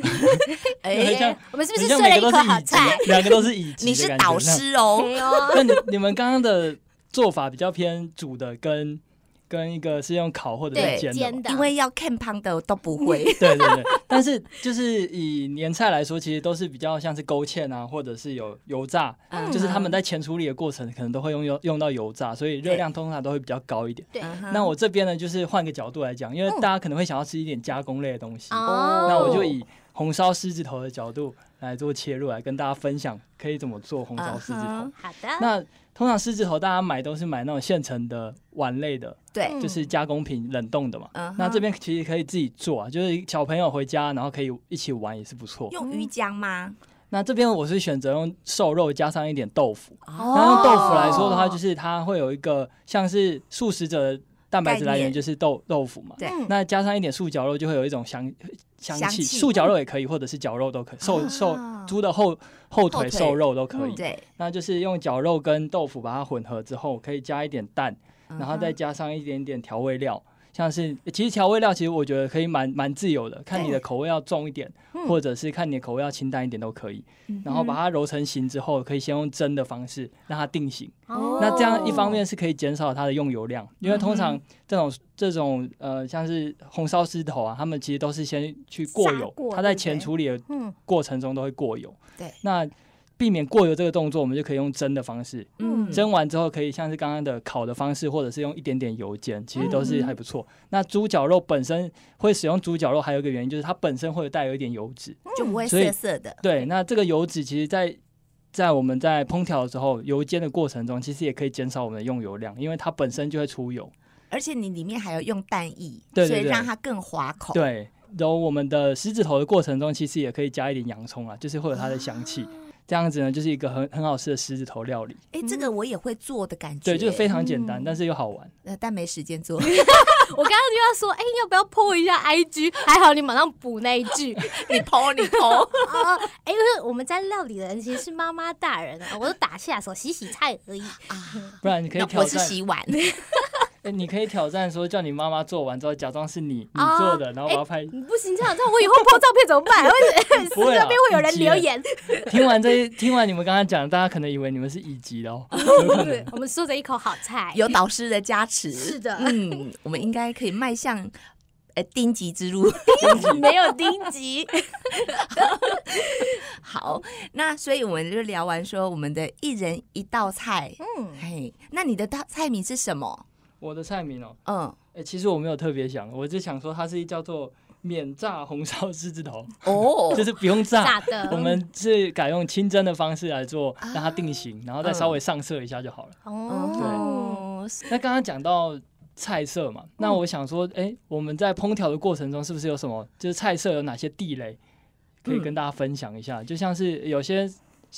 Speaker 2: 哎，
Speaker 1: 像
Speaker 3: 我们是不
Speaker 1: 很
Speaker 3: 是
Speaker 1: 像
Speaker 3: 睡
Speaker 1: 每
Speaker 3: 了
Speaker 1: 个都
Speaker 3: 一口
Speaker 1: 是
Speaker 3: 好
Speaker 1: 乙级
Speaker 3: 菜？，
Speaker 1: 两个都是乙级，
Speaker 2: 你是 导。师哦，
Speaker 3: 哎呦，
Speaker 1: 那你你们刚刚的做法比较偏煮的跟跟一个是用烤或者
Speaker 3: 对
Speaker 1: 是煎的嘛
Speaker 3: 煎。的，
Speaker 2: 因为要 can 胖的都不 会。
Speaker 1: 对对对，但是就是以年菜来说，其实都是比较像是勾芡啊，或者是有油炸，
Speaker 2: 嗯
Speaker 1: 就是他们在前处理的过程可能都会用用用到油炸，所以热量通常都会比较高一点。
Speaker 3: 对
Speaker 2: 嗯哼
Speaker 1: 那我这边呢，就是换个角度来讲，因为
Speaker 3: 嗯
Speaker 1: 大家可能会想要吃一点加工类的东西，
Speaker 3: 哦，
Speaker 1: 那我就以红烧狮子头的角度来做切入，来跟大家分享可以怎么做红烧狮子头。
Speaker 2: 嗯哼
Speaker 3: 好的，
Speaker 1: 那通常狮子头大家买都是买那种现成的碗类的，
Speaker 2: 对，
Speaker 1: 就是加工品冷冻的嘛。
Speaker 2: 嗯嗯哼
Speaker 1: 那这边其实可以自己做啊，就是小朋友回家，然后可以一起玩也是不错。
Speaker 2: 用鱼浆吗？
Speaker 1: 那这边我是选择用瘦肉加上一点豆腐。
Speaker 3: 哦
Speaker 1: 那用豆腐来说的话，就是它会有一个像是素食者的蛋白质来
Speaker 2: 概
Speaker 1: 源
Speaker 2: 念
Speaker 1: 就是豆豆腐嘛。
Speaker 2: 对
Speaker 3: 嗯
Speaker 1: 那加上一点素绞肉，就会有一种香香
Speaker 2: 香
Speaker 1: 气。
Speaker 2: 气
Speaker 1: 素绞肉也可以，或者是绞肉都可以，瘦瘦
Speaker 3: 啊
Speaker 1: 猪的后后
Speaker 2: 后
Speaker 1: 腿
Speaker 2: 腿
Speaker 1: 瘦肉都可以
Speaker 3: 嗯。
Speaker 2: 对，
Speaker 1: 那就是用绞肉跟豆腐把它混合之后，可以加一点蛋，
Speaker 3: 嗯
Speaker 1: 然后再加上一点点调味料，像是其实调味料其实我觉得可以蛮蛮自由的，看你的口味要重一点，
Speaker 3: 嗯
Speaker 1: 或者是看你的口味要清淡一点都可以。然后把它揉成型之后，可以先用蒸的方式让它定型。
Speaker 3: 哦
Speaker 1: 那这样一方面是可以减少它的用油量，因为通
Speaker 3: 嗯
Speaker 1: 常这种这种呃像是红烧狮头啊，他们其实都是先去过
Speaker 3: 炸
Speaker 1: 油，
Speaker 3: 过
Speaker 1: 它在
Speaker 3: 对不
Speaker 1: 前
Speaker 3: 对
Speaker 1: 处理的
Speaker 3: 嗯
Speaker 1: 过程中都会过油。
Speaker 2: 对，
Speaker 1: 那避免过油这个动作，我们就可以用蒸的方式，
Speaker 2: 嗯，
Speaker 1: 蒸完之后可以像是刚刚的烤的方式，或者是用一点点油煎，其实都
Speaker 2: 嗯
Speaker 1: 是还不错。那猪脚肉本身会使用猪脚肉，还有一个原因就是它本身会带有一点油脂。
Speaker 2: 就不会
Speaker 1: 所以
Speaker 2: 涩涩的。
Speaker 1: 对，那这个油脂其实在。在我们在烹调的时候，油煎的过程中，其实也可以减少我们的用油量，因为它本身就会出油。
Speaker 2: 而且你里面还要用蛋液，
Speaker 1: 对对
Speaker 2: 所以
Speaker 1: 对
Speaker 2: 让它更滑口。
Speaker 1: 对，揉我们的狮子头的过程中，其实也可以加一点洋葱啊，就是会有它的香
Speaker 2: 啊
Speaker 1: 气。这样子呢，就是一个很很好吃的狮子头料理。
Speaker 2: 哎，这个我也会做的感觉。
Speaker 1: 对，就是非常简单，
Speaker 3: 嗯
Speaker 1: 但是又好玩。
Speaker 2: 呃，但没时 间做。
Speaker 3: 我刚刚就要说，哎、要不要 po 一下 IG？还好你马上补那一 句。
Speaker 2: 你剖，你 剖。
Speaker 3: 啊，哎、因为我们在料理的人其实是妈妈大人啊，我都打下手洗洗菜而已。
Speaker 1: 不然你可以挑
Speaker 2: 我是
Speaker 1: 战，
Speaker 2: 洗碗。
Speaker 1: 哎你可以挑战说叫你妈妈做完之后，假装是你你
Speaker 3: 啊
Speaker 1: 做的，然后我要拍。
Speaker 3: 你不行这样，这样我以后 po 照片怎么办？ 会
Speaker 1: 不
Speaker 2: 啊
Speaker 1: 会啦
Speaker 3: 那边会有人留言。
Speaker 1: 听完这一听完你们刚刚讲的，大家可能以为你们是乙级的哦，有可 能。
Speaker 3: 我们说着一口好菜，
Speaker 2: 有导师的加持，
Speaker 3: 是的
Speaker 2: 嗯，我们应该可以迈向呃丁级之路。
Speaker 3: 没有丁 级？
Speaker 2: 好，那所以我们就聊完说我们的一人一道菜，
Speaker 3: 嗯，
Speaker 2: 嘿，那你的道菜名是什么？
Speaker 1: 我的菜名哦，
Speaker 2: 嗯，
Speaker 1: 哎，其实我没有特别想，我就想说它是叫做免炸红烧狮子头，
Speaker 2: 哦
Speaker 1: 就，是不用炸。
Speaker 3: 炸的。
Speaker 1: 我们是改用清蒸的方式来做，让它定型，然后再
Speaker 2: 嗯
Speaker 1: 稍微上色一下就好了。
Speaker 3: 哦，
Speaker 2: 哦，是
Speaker 1: 那刚刚讲到菜色嘛，那我想说，哎、我们在烹调的过程中，是不是有什么就是菜色有哪些地雷可以跟大家分享一下？就像是有些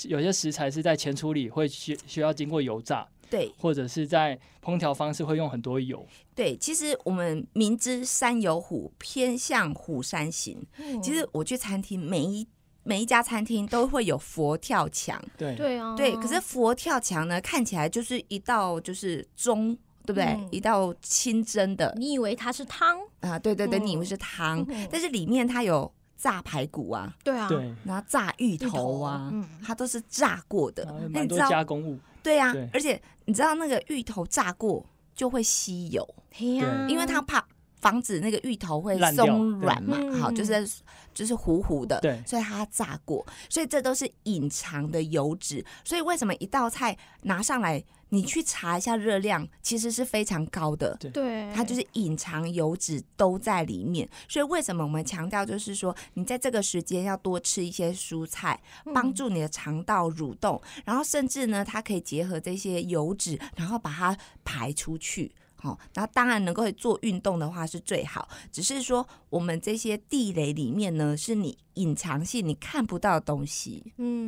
Speaker 1: 有些食材是在前处理会需需要经过油炸，
Speaker 2: 对
Speaker 1: 或者是在烹调方式会用很多油。
Speaker 2: 对，其实我们明知山有虎，偏向虎山行。
Speaker 3: 嗯
Speaker 2: 其实我去餐厅，每一每一家餐厅都会有佛跳墙，
Speaker 1: 对，
Speaker 3: 对啊，
Speaker 2: 对，可是佛跳墙呢，看起来就是一道就是中，对不对？
Speaker 3: 嗯
Speaker 2: 一道清蒸的
Speaker 3: 你以为它是汤？
Speaker 2: 啊、对对对，
Speaker 3: 嗯
Speaker 2: 你以为是汤，
Speaker 3: 嗯
Speaker 2: 但是里面它有炸排骨啊，
Speaker 3: 对啊，
Speaker 1: 对，
Speaker 2: 然后炸芋
Speaker 3: 芋头
Speaker 2: 头啊，
Speaker 3: 嗯
Speaker 2: 它都是炸过的
Speaker 1: 然后。
Speaker 2: 那
Speaker 1: 蛮
Speaker 2: 你知
Speaker 1: 多
Speaker 2: 道，
Speaker 1: 加工物，
Speaker 2: 对啊
Speaker 1: 嗯对，
Speaker 2: 而且你知道那个芋头炸过就会吸油，
Speaker 3: 嘿呀，
Speaker 2: 因为它怕。防止那个芋头会
Speaker 1: 烂掉
Speaker 2: 松软嘛
Speaker 3: 对，
Speaker 2: 好，就是就是糊糊的，
Speaker 1: 对
Speaker 2: 所以它炸过，所以这都是隐藏的油脂。所以为什么一道菜拿上来，你去查一下热量，其实是非常高的。
Speaker 3: 对，
Speaker 2: 它就是隐藏油脂都在里面，所以为什么我们强调就是说，你在这个时间要多吃一些蔬菜，
Speaker 3: 嗯
Speaker 2: 帮助你的肠道蠕动，然后甚至呢，它可以结合这些油脂，然后把它排出去。好、那当然能够做运动的话是最好，只是说我们这些地雷里面呢，是你隐藏性你看不到的东西。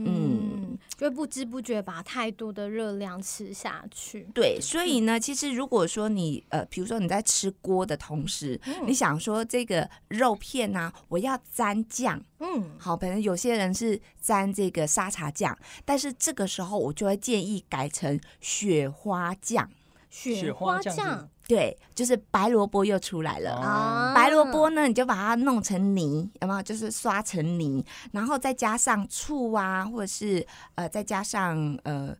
Speaker 3: 嗯嗯，就会不知不觉把太多的热量吃下去。
Speaker 2: 对，所以呢，其实如果说你呃，比如说你在吃锅的同时，你想说这个肉片啊，我要沾酱，
Speaker 3: 嗯，
Speaker 2: 好，可能有些人是沾这个沙茶酱，但是这个时候我就会建议改成雪花酱，
Speaker 3: 雪
Speaker 1: 雪
Speaker 3: 花
Speaker 1: 花酱
Speaker 3: 酱
Speaker 2: 对，就是白萝卜又出来了。
Speaker 1: 哦
Speaker 3: 啊，
Speaker 2: 白萝卜呢，你就把它弄成泥，有没有？就是刷成泥，然后再加上醋啊，或者是呃，再加上呃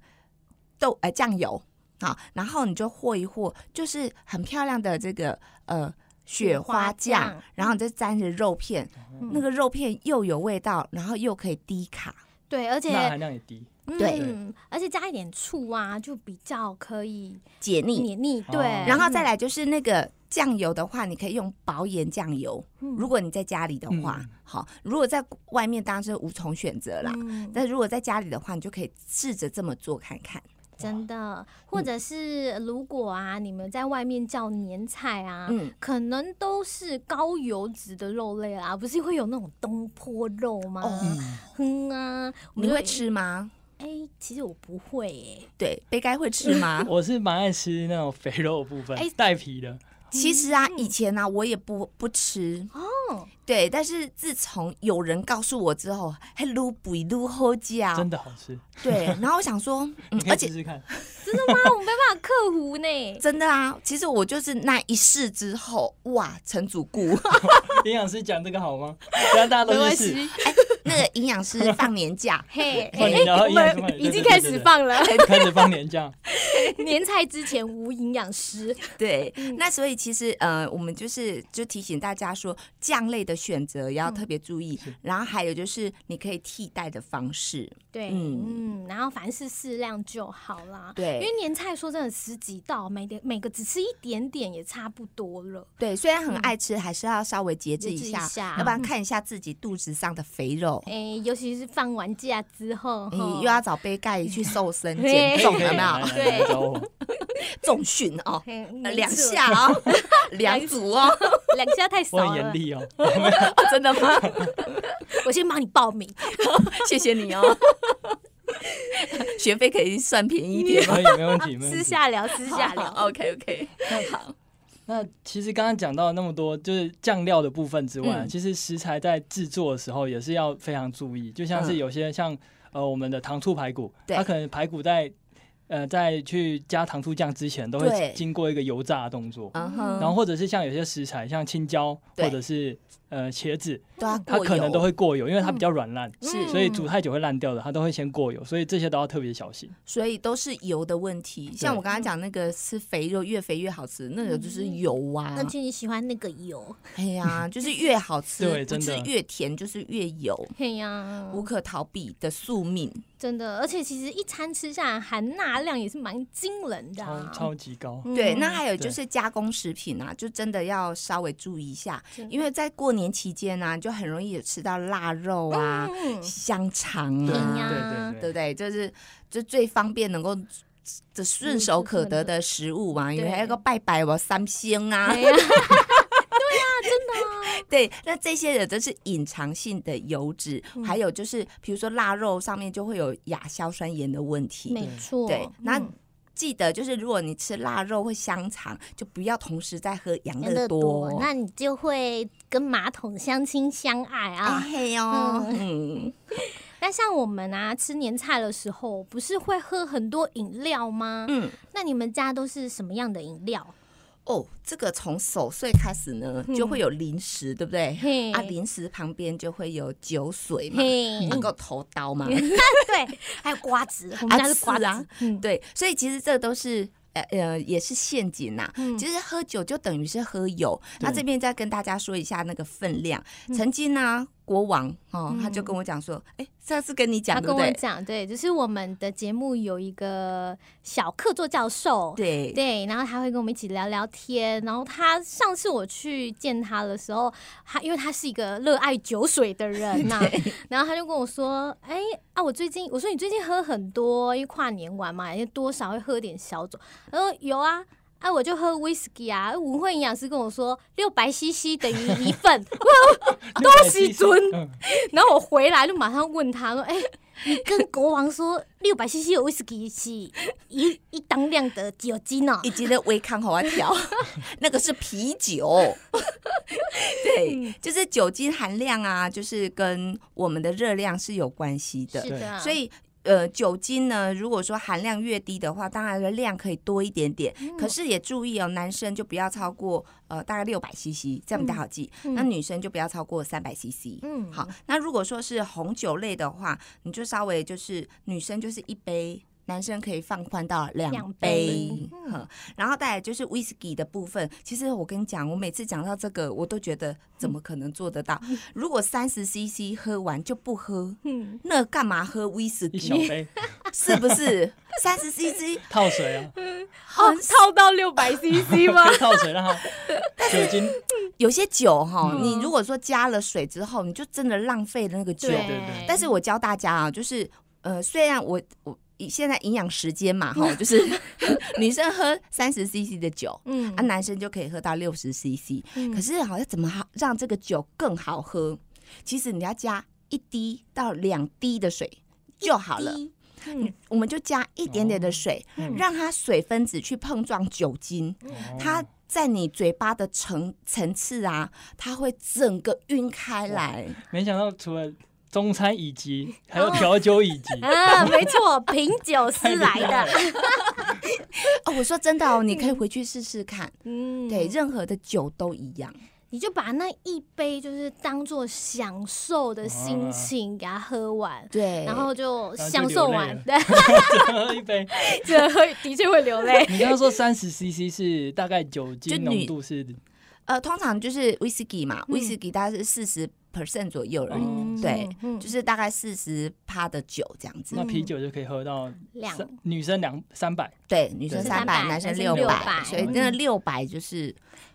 Speaker 2: 豆呃酱油，好，然后你就和一和，就是很漂亮的这个呃雪花酱，
Speaker 3: 雪花酱
Speaker 2: 然后你再沾着肉片，那个肉片又有味道，然后又可以低卡。
Speaker 3: 对，而且
Speaker 1: 钠含量也低。
Speaker 2: 对
Speaker 3: 嗯，而且加一点醋啊，就比较可以
Speaker 2: 解腻。
Speaker 3: 黏腻。
Speaker 1: 哦
Speaker 3: 对，
Speaker 2: 然后再来就是那个酱油的话，你可以用薄盐酱油。
Speaker 3: 嗯，
Speaker 2: 如果你在家里的话，
Speaker 1: 嗯
Speaker 2: 好；如果在外面，当然是无从选择啦。
Speaker 3: 嗯
Speaker 2: 但如果在家里的话，你就可以试着这么做看看。
Speaker 3: 真
Speaker 2: 嗯
Speaker 3: 的，或者是如果啊，你们在外面叫年菜啊，
Speaker 2: 嗯，
Speaker 3: 可能都是高油脂的肉类啦，不是会有那种东坡肉吗？
Speaker 2: 哦
Speaker 3: 哼啊，
Speaker 2: 你
Speaker 3: 我们就
Speaker 2: 会？吃吗？
Speaker 3: 哎、其实我不会耶、
Speaker 2: 对，杯盖会吃吗？
Speaker 3: 嗯
Speaker 1: 我是蛮爱吃那种肥肉的部分
Speaker 3: 哎，
Speaker 1: 带皮的。
Speaker 2: 其实啊，以前呢、我也不不吃
Speaker 3: 哦，
Speaker 2: 对，但是自从有人告诉我之后，还撸不撸后脚，
Speaker 1: 真的好吃，
Speaker 2: 对。然后我想说，嗯
Speaker 1: 你，可
Speaker 2: 而
Speaker 1: 以试
Speaker 2: 且
Speaker 1: 试看。
Speaker 3: 真的吗？我没办法克 服呢。，
Speaker 2: 真的啊，其实我就是那一试之后，哇，成主顾。
Speaker 1: 营养师讲这个好吗？让大家都去试。
Speaker 2: 哎，那个营养师放年假
Speaker 3: 嘿，
Speaker 1: 放年假
Speaker 3: 哎
Speaker 1: 后
Speaker 3: 我
Speaker 1: 营养师
Speaker 3: 们
Speaker 1: 放年假
Speaker 3: 已经
Speaker 1: 对对
Speaker 3: 开
Speaker 1: 对
Speaker 3: 始
Speaker 1: 对
Speaker 3: 放了。
Speaker 1: 开始放年假，
Speaker 3: 年菜之前无营养师，
Speaker 2: 对，那所以其实呃，我们就是就提醒大家说，酱类的选择也要特别注意，然后还有就是你可以替代的方式，
Speaker 3: 对，
Speaker 2: 嗯
Speaker 3: 嗯然后凡事适量就好啦。因
Speaker 2: 对
Speaker 3: 为年菜说真的十几道，每点每个只吃一点点也差不多了。
Speaker 1: 哦
Speaker 2: 对，虽然很爱吃，还是要稍微嗯节制
Speaker 3: 节
Speaker 2: 一
Speaker 3: 制一
Speaker 2: 下，嗯
Speaker 3: 下
Speaker 2: 要不然看一下自己肚子上的肥肉。
Speaker 3: 哎、尤其是放完假之后，
Speaker 2: 你
Speaker 3: 吼
Speaker 2: 又要找杯盖去瘦身
Speaker 3: 嘿
Speaker 2: 减重，
Speaker 1: 可以
Speaker 2: 哎有没
Speaker 1: 来
Speaker 2: 有？
Speaker 1: 来来哎来找 我。
Speaker 2: 重训哦，
Speaker 3: 嘿
Speaker 2: 呃
Speaker 3: 没
Speaker 2: 两
Speaker 3: 错
Speaker 2: 下哦， 两组哦，
Speaker 3: 两下太少
Speaker 1: 我很严，
Speaker 3: 了
Speaker 1: 厉哦，
Speaker 2: 真的吗？
Speaker 3: 我先帮你报名。
Speaker 2: 谢谢你 哦，学费可以算便宜一点。
Speaker 1: 可以没问题，没问
Speaker 3: 私
Speaker 1: 题。
Speaker 3: 下聊，私下 聊。
Speaker 2: ，OK OK，好，
Speaker 1: 那其实刚刚讲到那么多，就是酱料的部分之外，
Speaker 2: 嗯
Speaker 1: 其实食材在制作的时候也是要非常注意，就像是有些像、呃我们的糖醋排骨，
Speaker 2: 嗯对
Speaker 1: 它可能排骨在呃在去加糖醋酱之前，都
Speaker 2: 对
Speaker 1: 会经过一个油炸的动作。
Speaker 2: 嗯
Speaker 1: 然后
Speaker 2: 哼，
Speaker 1: 或者是像有些食材，像青椒
Speaker 2: 对
Speaker 1: 或者是呃茄子，
Speaker 2: 都要
Speaker 1: 它
Speaker 2: 啊过
Speaker 1: 可能都
Speaker 2: 油，嗯
Speaker 1: 会过油，因为它比较软烂，
Speaker 2: 是
Speaker 1: 所以煮太久会烂掉的，它都会先过油，所以这些都要特别小心。
Speaker 2: 所以都是油的问题。像我刚刚讲那个吃肥肉，越肥越好吃，那个就是油啊
Speaker 3: 而。且你喜欢那个油，
Speaker 2: 哎 呀，就是越好吃，
Speaker 1: 对
Speaker 2: 不
Speaker 1: 真
Speaker 2: 是
Speaker 1: 的
Speaker 2: 越甜，就是越油，
Speaker 3: 嘿呀，
Speaker 1: 嗯
Speaker 2: 无可逃避的宿命。
Speaker 3: 真的，而且其实一餐吃下来，含钠量也是蛮惊人的
Speaker 1: 超
Speaker 3: 啊。
Speaker 1: 超级高，
Speaker 3: 嗯
Speaker 2: 对，那还有就
Speaker 1: 对
Speaker 2: 是加工食品啊，就真的要稍微注意一下，
Speaker 3: 真的
Speaker 2: 因为在过年期间呢、就很容易有吃到腊肉啊、
Speaker 3: 嗯
Speaker 2: 香肠
Speaker 1: 对
Speaker 3: 嗯
Speaker 2: 啊，
Speaker 3: 呀
Speaker 1: 对
Speaker 2: 对
Speaker 1: 对
Speaker 2: 不对？就是就最方便能够这顺手可得的食物嘛，
Speaker 3: 嗯
Speaker 2: 因
Speaker 3: 对
Speaker 2: 为还有个拜拜我三星啊
Speaker 3: 哎，呀， 啊
Speaker 2: 对，那这些的都是隐藏性的油脂，
Speaker 3: 嗯
Speaker 2: 还有就是比如说腊肉上面就会有亚硝酸盐的问
Speaker 1: 嗯
Speaker 2: 题，
Speaker 3: 没错。
Speaker 2: 对那
Speaker 3: 嗯
Speaker 2: 记得就是，如果你吃腊肉或香肠，就不要同时在喝养
Speaker 3: 真
Speaker 2: 乐
Speaker 3: 的
Speaker 2: 多。
Speaker 3: 那啊你就会跟马桶相亲相
Speaker 2: 哎
Speaker 3: 爱啊。
Speaker 2: 嘿哟， 嗯，
Speaker 3: 那像我们啊，吃年菜的时候，不是会喝很多饮料吗？
Speaker 2: 嗯，
Speaker 3: 那你们家都是什么样的饮料？
Speaker 2: 哦，这个从守岁开始呢，就会有零食，对不对？
Speaker 3: 嗯嘿
Speaker 2: 啊，零食旁边就会有酒水嘛，
Speaker 3: 嘿，
Speaker 2: 能够头刀嘛，
Speaker 3: 对，还有瓜子，我们家是瓜
Speaker 2: 是
Speaker 3: 子
Speaker 2: 啊，
Speaker 3: 嗯，
Speaker 2: 对，所以其实这都是。呃呃，也是陷阱呐、
Speaker 3: 嗯
Speaker 2: 其实喝酒就等于是喝油。
Speaker 1: 对
Speaker 2: 那这边再跟大家说一下那个分量。曾经呢、国王哦，他就跟我讲说，哎、上次跟你讲
Speaker 3: 他
Speaker 2: 对
Speaker 3: 跟
Speaker 2: 不
Speaker 3: 我
Speaker 2: 对？
Speaker 3: 讲，对，就是我们的节目有一个小客座教授，
Speaker 2: 对
Speaker 3: 对，然后他会跟我们一起聊聊天。然后他上次我去见他的时候，他因为他是一个热爱酒水的 人呐、然后他就跟我说：“哎、啊，我最近我说你最近喝很多，因为跨年晚嘛，因为多少会喝点小酒。”他说：“有啊。”啊，我就喝 whisky 啊，文慧营养师跟我说六百 CC 等于一份，
Speaker 1: 都
Speaker 3: 是尊
Speaker 1: 嗯
Speaker 3: 然后我回来就马上问他说：“哎、你跟国王说六百 CC 的 whisky 是一一当量的酒精哦、
Speaker 2: 以及那微康好啊条，那个是啤酒。对，就是酒精含量啊，就是跟我们的热量是有关系的。
Speaker 1: 对
Speaker 3: 的
Speaker 2: 所以呃，酒精呢，如果说含量越低的话，当然的量可以多一点点，可是也注意哦，男生就不要超过呃大概六百 CC，这样比较好记。那女生就不要超过三百 CC。
Speaker 3: 嗯
Speaker 2: 好，那如果说是红酒类的话，你就稍微就是女生就是一杯男生可以放宽到两
Speaker 3: 两
Speaker 2: 杯
Speaker 3: 杯，
Speaker 2: 呵然后再来就是 whisky 的部分。其实我跟你讲，我每次讲到这个，我都觉得怎么可能做得到？如果三十 CC 喝完就不喝，
Speaker 3: 嗯，
Speaker 2: 那干嘛喝 whisky？
Speaker 1: 一小杯
Speaker 2: 是不是？三十 CC
Speaker 1: 套水啊，
Speaker 3: 哦，套到六百 CC 吗
Speaker 1: 可？以套水让它酒精
Speaker 2: 有些酒哈，
Speaker 3: 嗯
Speaker 2: 你如果说加了水之后，你就真的浪费了那个酒。
Speaker 1: 对对
Speaker 2: 但是我教大家啊，就是呃，虽然我我现在营养时间嘛 哈，就是女生喝三十 CC 的酒，
Speaker 3: 嗯
Speaker 2: 啊，男生就可以喝到六十 CC。
Speaker 3: 嗯
Speaker 2: 可是好像怎么好让这个酒更好喝？其实你要加一滴到两滴的水就好了。
Speaker 3: 低，嗯
Speaker 2: 我们就加一点点的水，
Speaker 1: 嗯
Speaker 2: 让它水分子去碰撞酒精，
Speaker 1: 哦
Speaker 2: 它在你嘴巴的层层次啊，它会整个晕开来。
Speaker 1: 没想到除了中餐以及还有调酒以 及，
Speaker 3: 啊，没错，品酒师来的，
Speaker 2: 哦，我说真的 哦，你可以回去试试看。
Speaker 3: 嗯，
Speaker 2: 对，任何的酒都一样。
Speaker 3: 你就把那一杯就是当做享受的心情给它喝完。
Speaker 2: 对，
Speaker 3: 然后就享受完，对，
Speaker 1: 喝一杯。
Speaker 3: 这会的确会 流泪。
Speaker 1: 你刚刚说三十 CC 是大概酒
Speaker 2: 就
Speaker 1: 精
Speaker 2: 女
Speaker 1: 浓度是
Speaker 2: 呃，通常就是 whisky 嘛、w
Speaker 3: 嗯
Speaker 2: h i s k y 大概是四十 percent 左右而已，
Speaker 1: 嗯
Speaker 2: 对，
Speaker 3: 嗯
Speaker 2: 就是大概四十趴的酒这样子
Speaker 1: 那。啤酒就可以喝到
Speaker 3: 两
Speaker 1: 三女生两三百，
Speaker 2: 对，女生
Speaker 1: 对
Speaker 2: 三百，
Speaker 3: 300
Speaker 2: 男生
Speaker 3: 男
Speaker 2: 六
Speaker 3: 生
Speaker 2: 百，
Speaker 3: 600
Speaker 2: 所以那个
Speaker 3: 嗯
Speaker 2: 六百就是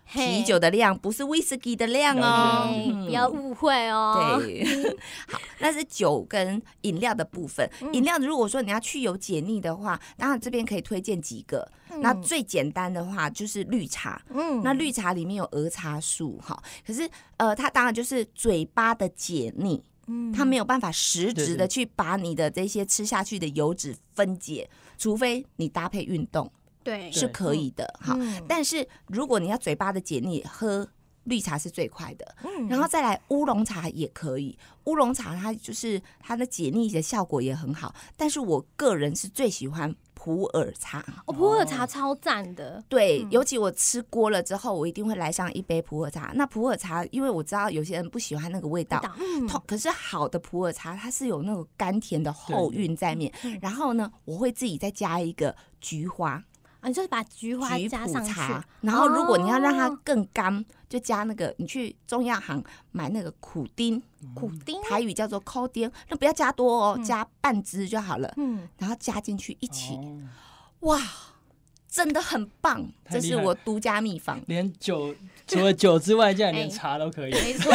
Speaker 3: 嘿哎
Speaker 2: 啤酒的量，不是 whisky 的量哦
Speaker 1: 了解。
Speaker 3: 嘿不要误会哦。
Speaker 2: 对， 好，那是酒跟饮料的部分。
Speaker 3: 嗯
Speaker 2: 饮料如果说你要去油解腻的话，当然这边可以推荐几个。那
Speaker 3: 嗯
Speaker 2: 最简单的话就是绿茶，
Speaker 3: 嗯
Speaker 2: 那绿茶里面有儿茶素哈，可是呃，它当然就是嘴巴的解腻，
Speaker 3: 嗯
Speaker 2: 它没有办法实
Speaker 1: 对
Speaker 2: 质的
Speaker 1: 对
Speaker 2: 去把你的这些吃下去的油脂分解，除非你搭配运动
Speaker 3: 对
Speaker 2: 是可以的哈。
Speaker 3: 嗯
Speaker 2: 但是如果你要嘴巴的解腻，喝绿茶是最快的。
Speaker 3: 嗯
Speaker 2: 然后再来乌龙茶也可以，乌龙茶它就是它的解腻的效果也很好，但是我个人是最喜欢普洱茶。
Speaker 3: 哦普洱茶超赞的，
Speaker 2: 对
Speaker 3: 嗯，
Speaker 2: 尤其我吃锅了之后，我一定会来上一杯普洱茶。那普洱茶，因为我知道有些人不喜欢那个味道，
Speaker 3: 嗯
Speaker 2: 通可是好的普洱茶它是有那种甘甜的后韵在面
Speaker 3: 对嗯。
Speaker 2: 然后呢，我会自己再加一个菊花、
Speaker 3: 啊，你就是把菊花
Speaker 2: 菊
Speaker 3: 加
Speaker 2: 普
Speaker 3: 上
Speaker 2: 茶
Speaker 3: 去，。
Speaker 2: 然后如果你要让它
Speaker 3: 哦
Speaker 2: 更干，就加那个你去中药行买那个苦丁，
Speaker 1: 哦
Speaker 3: 苦丁，
Speaker 2: 台语叫做抠丁，那不要加多哦，
Speaker 1: 嗯
Speaker 2: 加半支就好了。
Speaker 3: 嗯，
Speaker 2: 然后加进去一起，
Speaker 1: 哦
Speaker 2: 哇，真的很棒！
Speaker 1: 太
Speaker 2: 这
Speaker 1: 厉
Speaker 2: 是
Speaker 1: 害
Speaker 2: 我独家秘方。
Speaker 1: 连酒除了酒之外，竟然
Speaker 3: 哎
Speaker 1: 连茶都可以，
Speaker 3: 没错，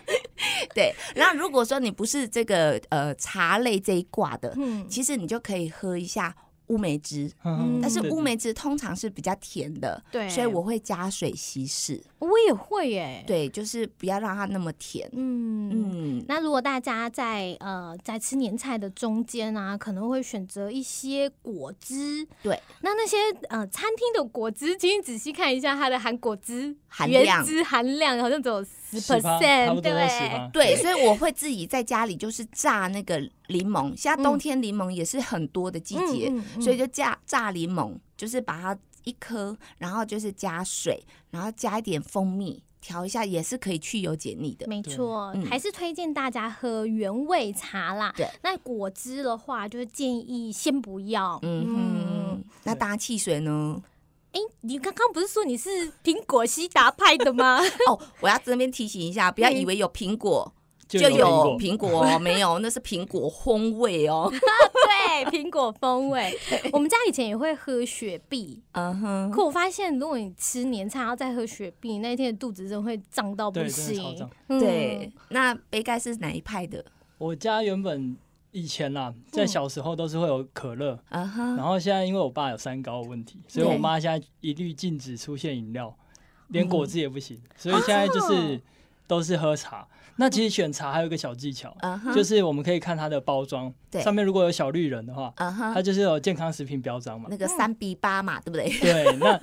Speaker 2: 对，然后如果说你不是这个呃茶类这一挂的，
Speaker 3: 嗯，
Speaker 2: 其实你就可以喝一下乌梅汁，
Speaker 1: 嗯
Speaker 2: 但是
Speaker 1: 对
Speaker 2: 乌梅汁通常是比较甜的，
Speaker 3: 对，
Speaker 2: 所以我会加水稀释，
Speaker 3: 我也会耶，，
Speaker 2: 对，就是不要让它那么甜。
Speaker 3: 嗯。
Speaker 2: 嗯，
Speaker 3: 那如果大家在呃在吃年菜的中间啊，可能会选择一些果汁。
Speaker 2: 对，
Speaker 3: 那那些呃餐厅的果汁，请你仔细看一下它的含果汁
Speaker 2: 含
Speaker 3: 原
Speaker 2: 量
Speaker 3: 汁含量，好像只有十
Speaker 1: 10%差
Speaker 3: percent，
Speaker 1: 不多
Speaker 3: 对，
Speaker 1: 10%
Speaker 2: 对，所以我会自己在家里就是榨那个柠檬，现在冬天柠檬也是很多的季节，
Speaker 3: 嗯嗯嗯
Speaker 2: 所以就榨榨柠檬，就是把它一颗，然后就是加水，然后加一点蜂蜜，调一下也是可以去油解腻的。
Speaker 3: 没错
Speaker 2: 嗯，
Speaker 3: 还是推荐大家喝原味茶啦。
Speaker 2: 对，
Speaker 3: 那果汁的话，就是建议先不要。
Speaker 2: 嗯哼，哦那搭汽水 呢？
Speaker 3: 哎、你刚刚不是说你是苹果西达派的 吗？
Speaker 2: 哦，我要这边提醒一下，不要以为有苹果
Speaker 1: 就
Speaker 2: 就
Speaker 1: 有
Speaker 2: 有
Speaker 1: 苹果
Speaker 2: 苹果 哦，没有，那是苹果烘味哦。
Speaker 3: 对，苹果风味。我们家以前也会喝雪碧，
Speaker 2: 嗯哼，
Speaker 3: 可我发现如果你吃年菜然后再喝雪碧，那一天的肚子真的会胀到不
Speaker 1: 对真的超
Speaker 3: 行
Speaker 1: 胀。
Speaker 3: 嗯
Speaker 2: 对，，那杯盖是哪一派的？
Speaker 1: 我家原本以前啦，在小时候都是会有可乐，
Speaker 2: 嗯哼，
Speaker 1: 然后现在因为我爸有三高的问题，所以
Speaker 2: 对嗯
Speaker 1: 我妈现在一律禁止出现饮料，连果汁也不行，所以现在
Speaker 2: 哦
Speaker 1: 就是都是喝茶。那其实选茶还有一个小技巧，
Speaker 2: 嗯哼，
Speaker 1: 就是我们可以看它的包装
Speaker 2: 对，
Speaker 1: 上面如果有小绿人的话，
Speaker 2: 嗯哼
Speaker 1: 它。就是有健康食品标章嘛
Speaker 2: 那。个三比八嘛，对不对？
Speaker 1: 对，那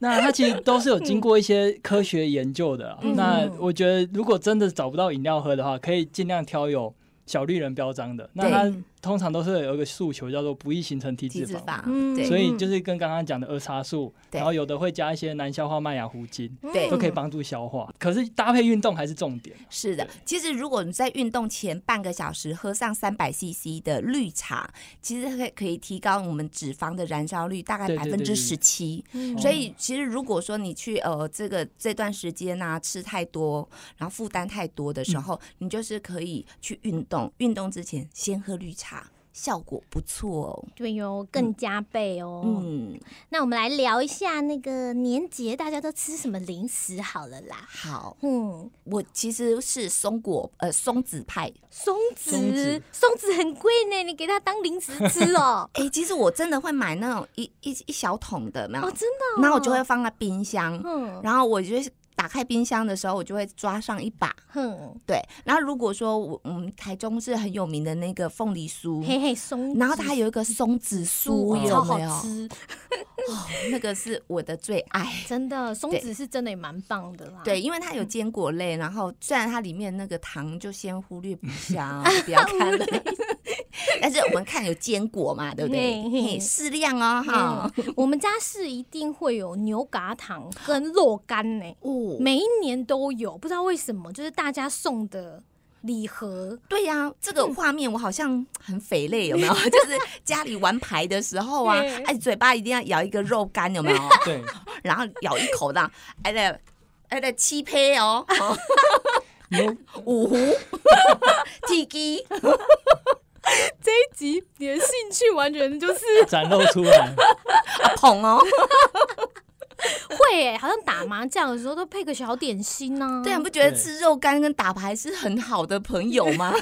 Speaker 1: 那它其实都是有经过一些科学研究的啊。
Speaker 3: 嗯
Speaker 1: 那我觉得如果真的找不到饮料喝的话，可以尽量挑有小绿人标章的。那它
Speaker 3: 嗯
Speaker 1: 通常都是有一个诉求叫做不易形成 体
Speaker 2: 体
Speaker 1: 脂
Speaker 2: 脂
Speaker 1: 肪。
Speaker 2: 肪，
Speaker 3: 嗯
Speaker 2: 对，
Speaker 1: 所以就是跟刚刚讲的儿茶素，
Speaker 2: 对
Speaker 1: 然后有的会加一些难消化麦芽糊精，
Speaker 2: 对
Speaker 1: 都可以
Speaker 3: 嗯
Speaker 1: 帮助消化。可是搭配运动还是重 点。
Speaker 2: 是的
Speaker 1: 对，
Speaker 2: 其实如果你在运动前半个小时喝上三百 CC 的绿茶，其实可以可以提高我们脂肪的燃烧率，大概
Speaker 1: 对
Speaker 2: 百
Speaker 1: 对
Speaker 2: 分
Speaker 1: 对
Speaker 2: 之
Speaker 1: 对哦
Speaker 2: 十七。
Speaker 3: 嗯
Speaker 2: 所以其实如果说你去呃这个这段时间呐、吃太多，然后负担太多的
Speaker 1: 嗯
Speaker 2: 时候，你就是可以去运动，运动之前先喝绿茶，效果不错哦。
Speaker 3: 对哟，更加倍哦。
Speaker 2: 嗯，
Speaker 3: 那我们来聊一下那个年节大家都吃什么零食好了啦。
Speaker 2: 好，
Speaker 3: 嗯，
Speaker 2: 我其实是松果呃松子派，。
Speaker 3: 松
Speaker 1: 松
Speaker 3: 子
Speaker 1: 子，
Speaker 3: 松子很贵呢，你给它当零食吃哦
Speaker 2: 哎、其实我真的会买那种一一一小桶的，有没有
Speaker 3: 哦，真的、哦。
Speaker 2: 然后我就会，放在冰箱，
Speaker 3: 嗯
Speaker 2: 然后我就是打开冰箱的时候，我就会抓上一把。
Speaker 3: 哼，
Speaker 2: 对，然后如果说我嗯台中是很有名的那个凤梨酥，
Speaker 3: 嘿嘿松子，
Speaker 2: 然后它有一个松子酥，
Speaker 3: 哦
Speaker 2: 有
Speaker 3: 超
Speaker 2: 没有？
Speaker 3: 好吃，
Speaker 2: 哦，那个是我的最爱。
Speaker 3: 真的松
Speaker 2: 对
Speaker 3: 子是真的也蛮棒的啦。
Speaker 2: 对，因为它有坚果类，然后虽然它里面那个糖就先忽略不下哦，不 要看了。 但是我们看有坚果嘛，对不对？
Speaker 3: 嘿嘿
Speaker 2: 嘿适量哦，哈。
Speaker 3: 嗯，我们家是一定会有牛轧糖跟肉干呢、
Speaker 2: 哦，
Speaker 3: 每一年都有，不知道为什么，就是大家送的礼盒，
Speaker 2: 对呀、这个画面我好像很肥累，有没有？就是家里玩牌的时候啊
Speaker 3: 对，
Speaker 2: 哎，嘴巴一定要咬一个肉干，有没有？
Speaker 1: 对，
Speaker 2: 然后咬一口这样，哎的，哎的七胚哦，哦
Speaker 1: 牛
Speaker 2: 五胡 T G，
Speaker 3: 这一集你的兴趣完全就是
Speaker 1: 展露出来，
Speaker 2: 啊捧哦，
Speaker 3: 会耶、好像打麻将的时候都配个小点心呢、
Speaker 2: 对啊，你不觉得吃肉干跟打牌是很好的朋友吗？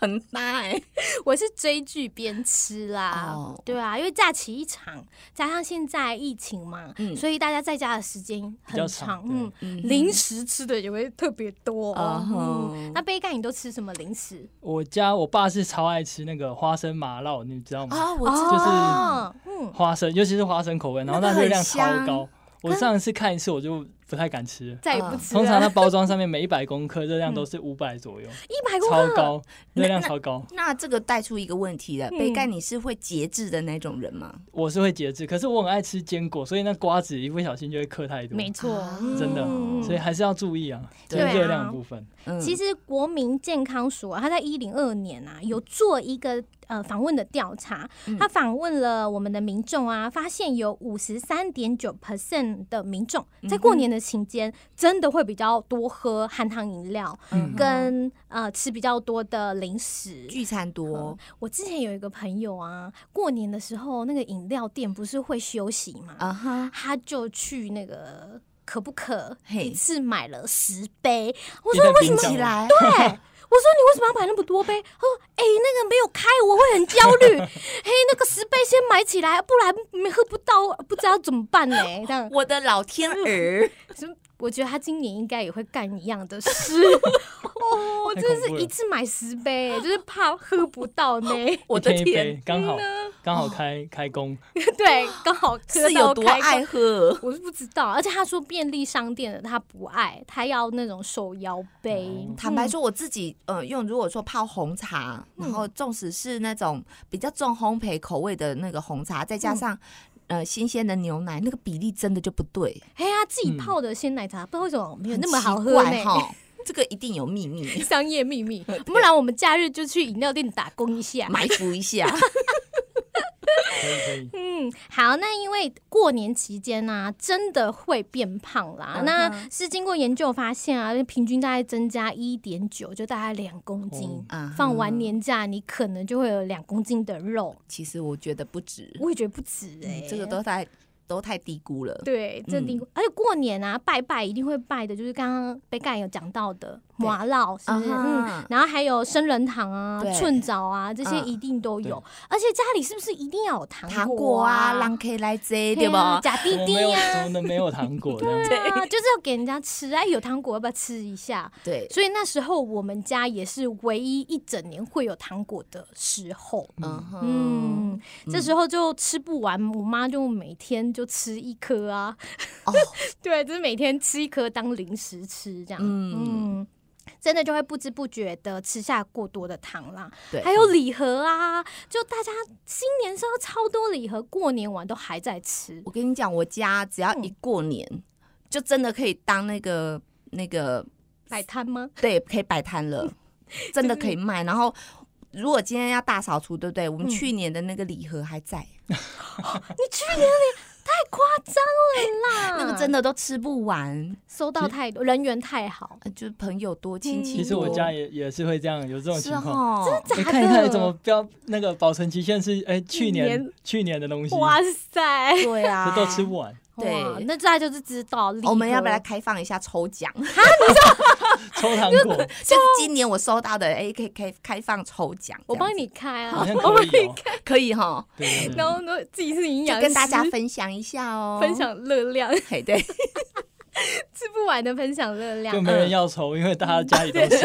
Speaker 2: 很搭哎、
Speaker 3: 我是追剧边吃啦，
Speaker 2: 哦
Speaker 3: 对啊，因为假期一长，加上现在疫情嘛，
Speaker 2: 嗯
Speaker 3: 所以大家在家的时间
Speaker 1: 比较
Speaker 3: 很
Speaker 1: 长
Speaker 3: 长，嗯，
Speaker 2: 嗯
Speaker 3: 零食吃的也会特别多。
Speaker 1: 哦
Speaker 2: 啊哈
Speaker 3: 嗯，那杯盖你都吃什么零食？
Speaker 1: 我家我爸是超爱吃那个花生麻辣，你知道吗？
Speaker 2: 啊、我知道，
Speaker 3: 哦，嗯，
Speaker 1: 花生，尤其是花生口味，然后
Speaker 2: 那个
Speaker 1: 它热量
Speaker 2: 很
Speaker 1: 超
Speaker 2: 香
Speaker 1: 高。我上一次看一次我就不太敢吃了，
Speaker 3: 再也不
Speaker 2: 啊
Speaker 3: 吃
Speaker 1: 啊
Speaker 3: 了。
Speaker 1: 通常它包装上面每一百公克热量都
Speaker 2: 嗯
Speaker 1: 是五百左右，
Speaker 3: 一
Speaker 2: 哎
Speaker 3: 百公
Speaker 1: 超
Speaker 3: 克，
Speaker 1: 高，
Speaker 2: 那
Speaker 1: 热量超高。
Speaker 2: 那这个带出一个问题了，
Speaker 3: 嗯
Speaker 2: 杯盖你是会节制的那种人吗？
Speaker 1: 我是会节制，可是我很爱吃坚果，所以那瓜子一不小心就会嗑太多，
Speaker 3: 没错
Speaker 2: 啊，
Speaker 3: 嗯
Speaker 1: 真的哦
Speaker 3: 嗯
Speaker 1: 所以还是要注意啊，就
Speaker 2: 对
Speaker 1: 是
Speaker 3: 啊
Speaker 1: 热量的部分。
Speaker 2: 嗯，
Speaker 3: 其实国民健康署啊，他在一零二年啊，有做一个呃访问的调查
Speaker 2: 嗯，
Speaker 3: 他访问了我们的民众啊，发现有五十三点九 percent 的民众
Speaker 2: 嗯
Speaker 3: 在过年的期间，真的会比较多喝含糖饮料，
Speaker 1: 嗯
Speaker 3: 跟呃吃比较多的零食。
Speaker 2: 聚餐多，
Speaker 3: 我之前有一个朋友啊，过年的时候那个饮料店不是会休息嘛，
Speaker 2: 啊哈，
Speaker 3: 他就去那个可不可
Speaker 2: 嘿
Speaker 3: 一次买了十杯，我
Speaker 1: 一
Speaker 3: 说
Speaker 1: 个
Speaker 3: 为什
Speaker 1: 冰
Speaker 3: 么
Speaker 1: 箱
Speaker 2: 起来，
Speaker 3: 哎对，我说你为什么要买那么多杯？他说：“哎、那个没有开，我会很焦 虑。嘿，那个十杯先买起来，不然没喝不到，不知道怎么办呢、这样，
Speaker 2: 我的老天儿，
Speaker 3: 我觉得他今年应该也会干一样的 事。
Speaker 1: 太恐
Speaker 3: 哦，
Speaker 1: 怖了
Speaker 3: 真的是一次买十杯、就是怕喝不 到呢。
Speaker 2: 我
Speaker 1: 一
Speaker 2: 的
Speaker 1: 天一
Speaker 2: 天
Speaker 1: 杯，，刚好刚好开开工，
Speaker 3: 对，刚好喝
Speaker 2: 是有
Speaker 3: 到
Speaker 2: 多
Speaker 3: 开关
Speaker 2: 爱喝？
Speaker 3: 我是不知道，而且他说便利商店的他不爱，他要那种手摇杯。
Speaker 1: 哦
Speaker 2: 坦白说，我自己呃用，如果说泡红茶，然后纵使是那种比较重烘焙口味的那个红茶，再加上呃新鲜的牛奶，那个比例真的就不对，
Speaker 3: 哎呀，自己泡的鲜奶茶、不知道为什么没有那么好喝
Speaker 2: 很
Speaker 3: 呢
Speaker 2: 奇怪。哈。这个一定有秘密，
Speaker 3: 商业秘密，不然我们假日就去饮料店打工一下。
Speaker 2: 埋伏一 下。
Speaker 1: 可以可以。
Speaker 3: 嗯，好，那因为过年期间呢、啊，真的会变胖啦。
Speaker 2: 嗯哼
Speaker 3: 那是经过研究发现啊，平均大概增加一点九，就大概两公斤。
Speaker 1: 哦
Speaker 2: 啊
Speaker 3: 放完年假，你可能就会有两公斤的肉，
Speaker 2: 其实我觉得不止，
Speaker 3: 我也觉得不止哎、
Speaker 2: 嗯这个都太都太低估了。
Speaker 3: 对，这
Speaker 2: 嗯
Speaker 3: 定、而且过年啊，拜拜一定会拜的，就是刚刚北盖有讲到的
Speaker 2: 对
Speaker 3: 麻烙，是不是？
Speaker 2: 啊哈
Speaker 3: 嗯，然后还有生人糖啊
Speaker 2: 对、
Speaker 3: 寸枣啊，这些
Speaker 2: 嗯
Speaker 3: 一定都有。
Speaker 1: 对
Speaker 3: 而且家里是不是一定要有糖
Speaker 2: 糖
Speaker 3: 果
Speaker 2: 果啊，
Speaker 3: 啊
Speaker 2: 狼可以来这，
Speaker 3: 嘿
Speaker 2: 对嗯
Speaker 3: 啊
Speaker 2: 吧？
Speaker 3: 假滴
Speaker 1: 我
Speaker 3: 滴
Speaker 1: 没有，
Speaker 3: 啊，
Speaker 1: 我们没有糖果 这样子。
Speaker 3: 对啊，就是要给人家吃。哎，有糖果要不要吃一下？
Speaker 2: 对，
Speaker 3: 所以那时候我们家也是唯一一整年会有糖果的时候。
Speaker 2: 嗯哼，
Speaker 3: 嗯，这时候就吃不完，我妈就每天就吃一颗啊。
Speaker 2: 哦，
Speaker 3: 对，就是每天吃一颗当零食吃这样。
Speaker 2: 嗯
Speaker 3: 嗯。真的就会不知不觉的吃下过多的糖啦。
Speaker 2: 对，
Speaker 3: 还有礼盒啊，就大家新年收到超多礼盒，过年完都还在吃。
Speaker 2: 我跟你讲，我家只要
Speaker 3: 嗯
Speaker 2: 一过年，就真的可以当那个那个
Speaker 3: 摆摊吗？
Speaker 2: 对，可以摆摊
Speaker 3: 嗯
Speaker 2: 了， 真的可以卖。然后，如果今天要大扫除，对不对？我们
Speaker 3: 嗯
Speaker 2: 去年的那个礼盒还在，
Speaker 3: 你去年也太夸张了啦！
Speaker 2: 那个真的都吃不完，
Speaker 3: 收到太多，人缘太好，
Speaker 2: 呃就是朋友多，亲戚
Speaker 1: 其
Speaker 2: 多。
Speaker 1: 实我家也也是会这样，有这种
Speaker 2: 是
Speaker 1: 情况。
Speaker 2: 哦，
Speaker 1: 你
Speaker 3: 真的
Speaker 1: 哎看一看怎么
Speaker 3: 的？
Speaker 1: 标那个保存期限是哎、去年
Speaker 3: 年
Speaker 1: 去年的东西，
Speaker 3: 哇塞！
Speaker 2: 对啊
Speaker 1: 这，都吃不完，
Speaker 2: 对
Speaker 3: 哇那大家就是知道礼盒，
Speaker 2: 啊我们要不要来开放一下抽奖？
Speaker 1: 哦抽糖果
Speaker 2: 就是今年我收到的，哎，可以可以开放抽奖，
Speaker 3: 我帮
Speaker 2: 这样
Speaker 3: 你开啊
Speaker 1: 好，像可以哦、
Speaker 2: 子可以哈，
Speaker 1: 对对对
Speaker 3: 然后呢自己是营养
Speaker 2: 就跟
Speaker 3: 师，
Speaker 2: 大家分享一下哦，
Speaker 3: 分，享热量，
Speaker 2: 嘿，对，
Speaker 3: 吃不完的分享热量
Speaker 1: 就。没人要抽，因为大家家里都是。
Speaker 3: 对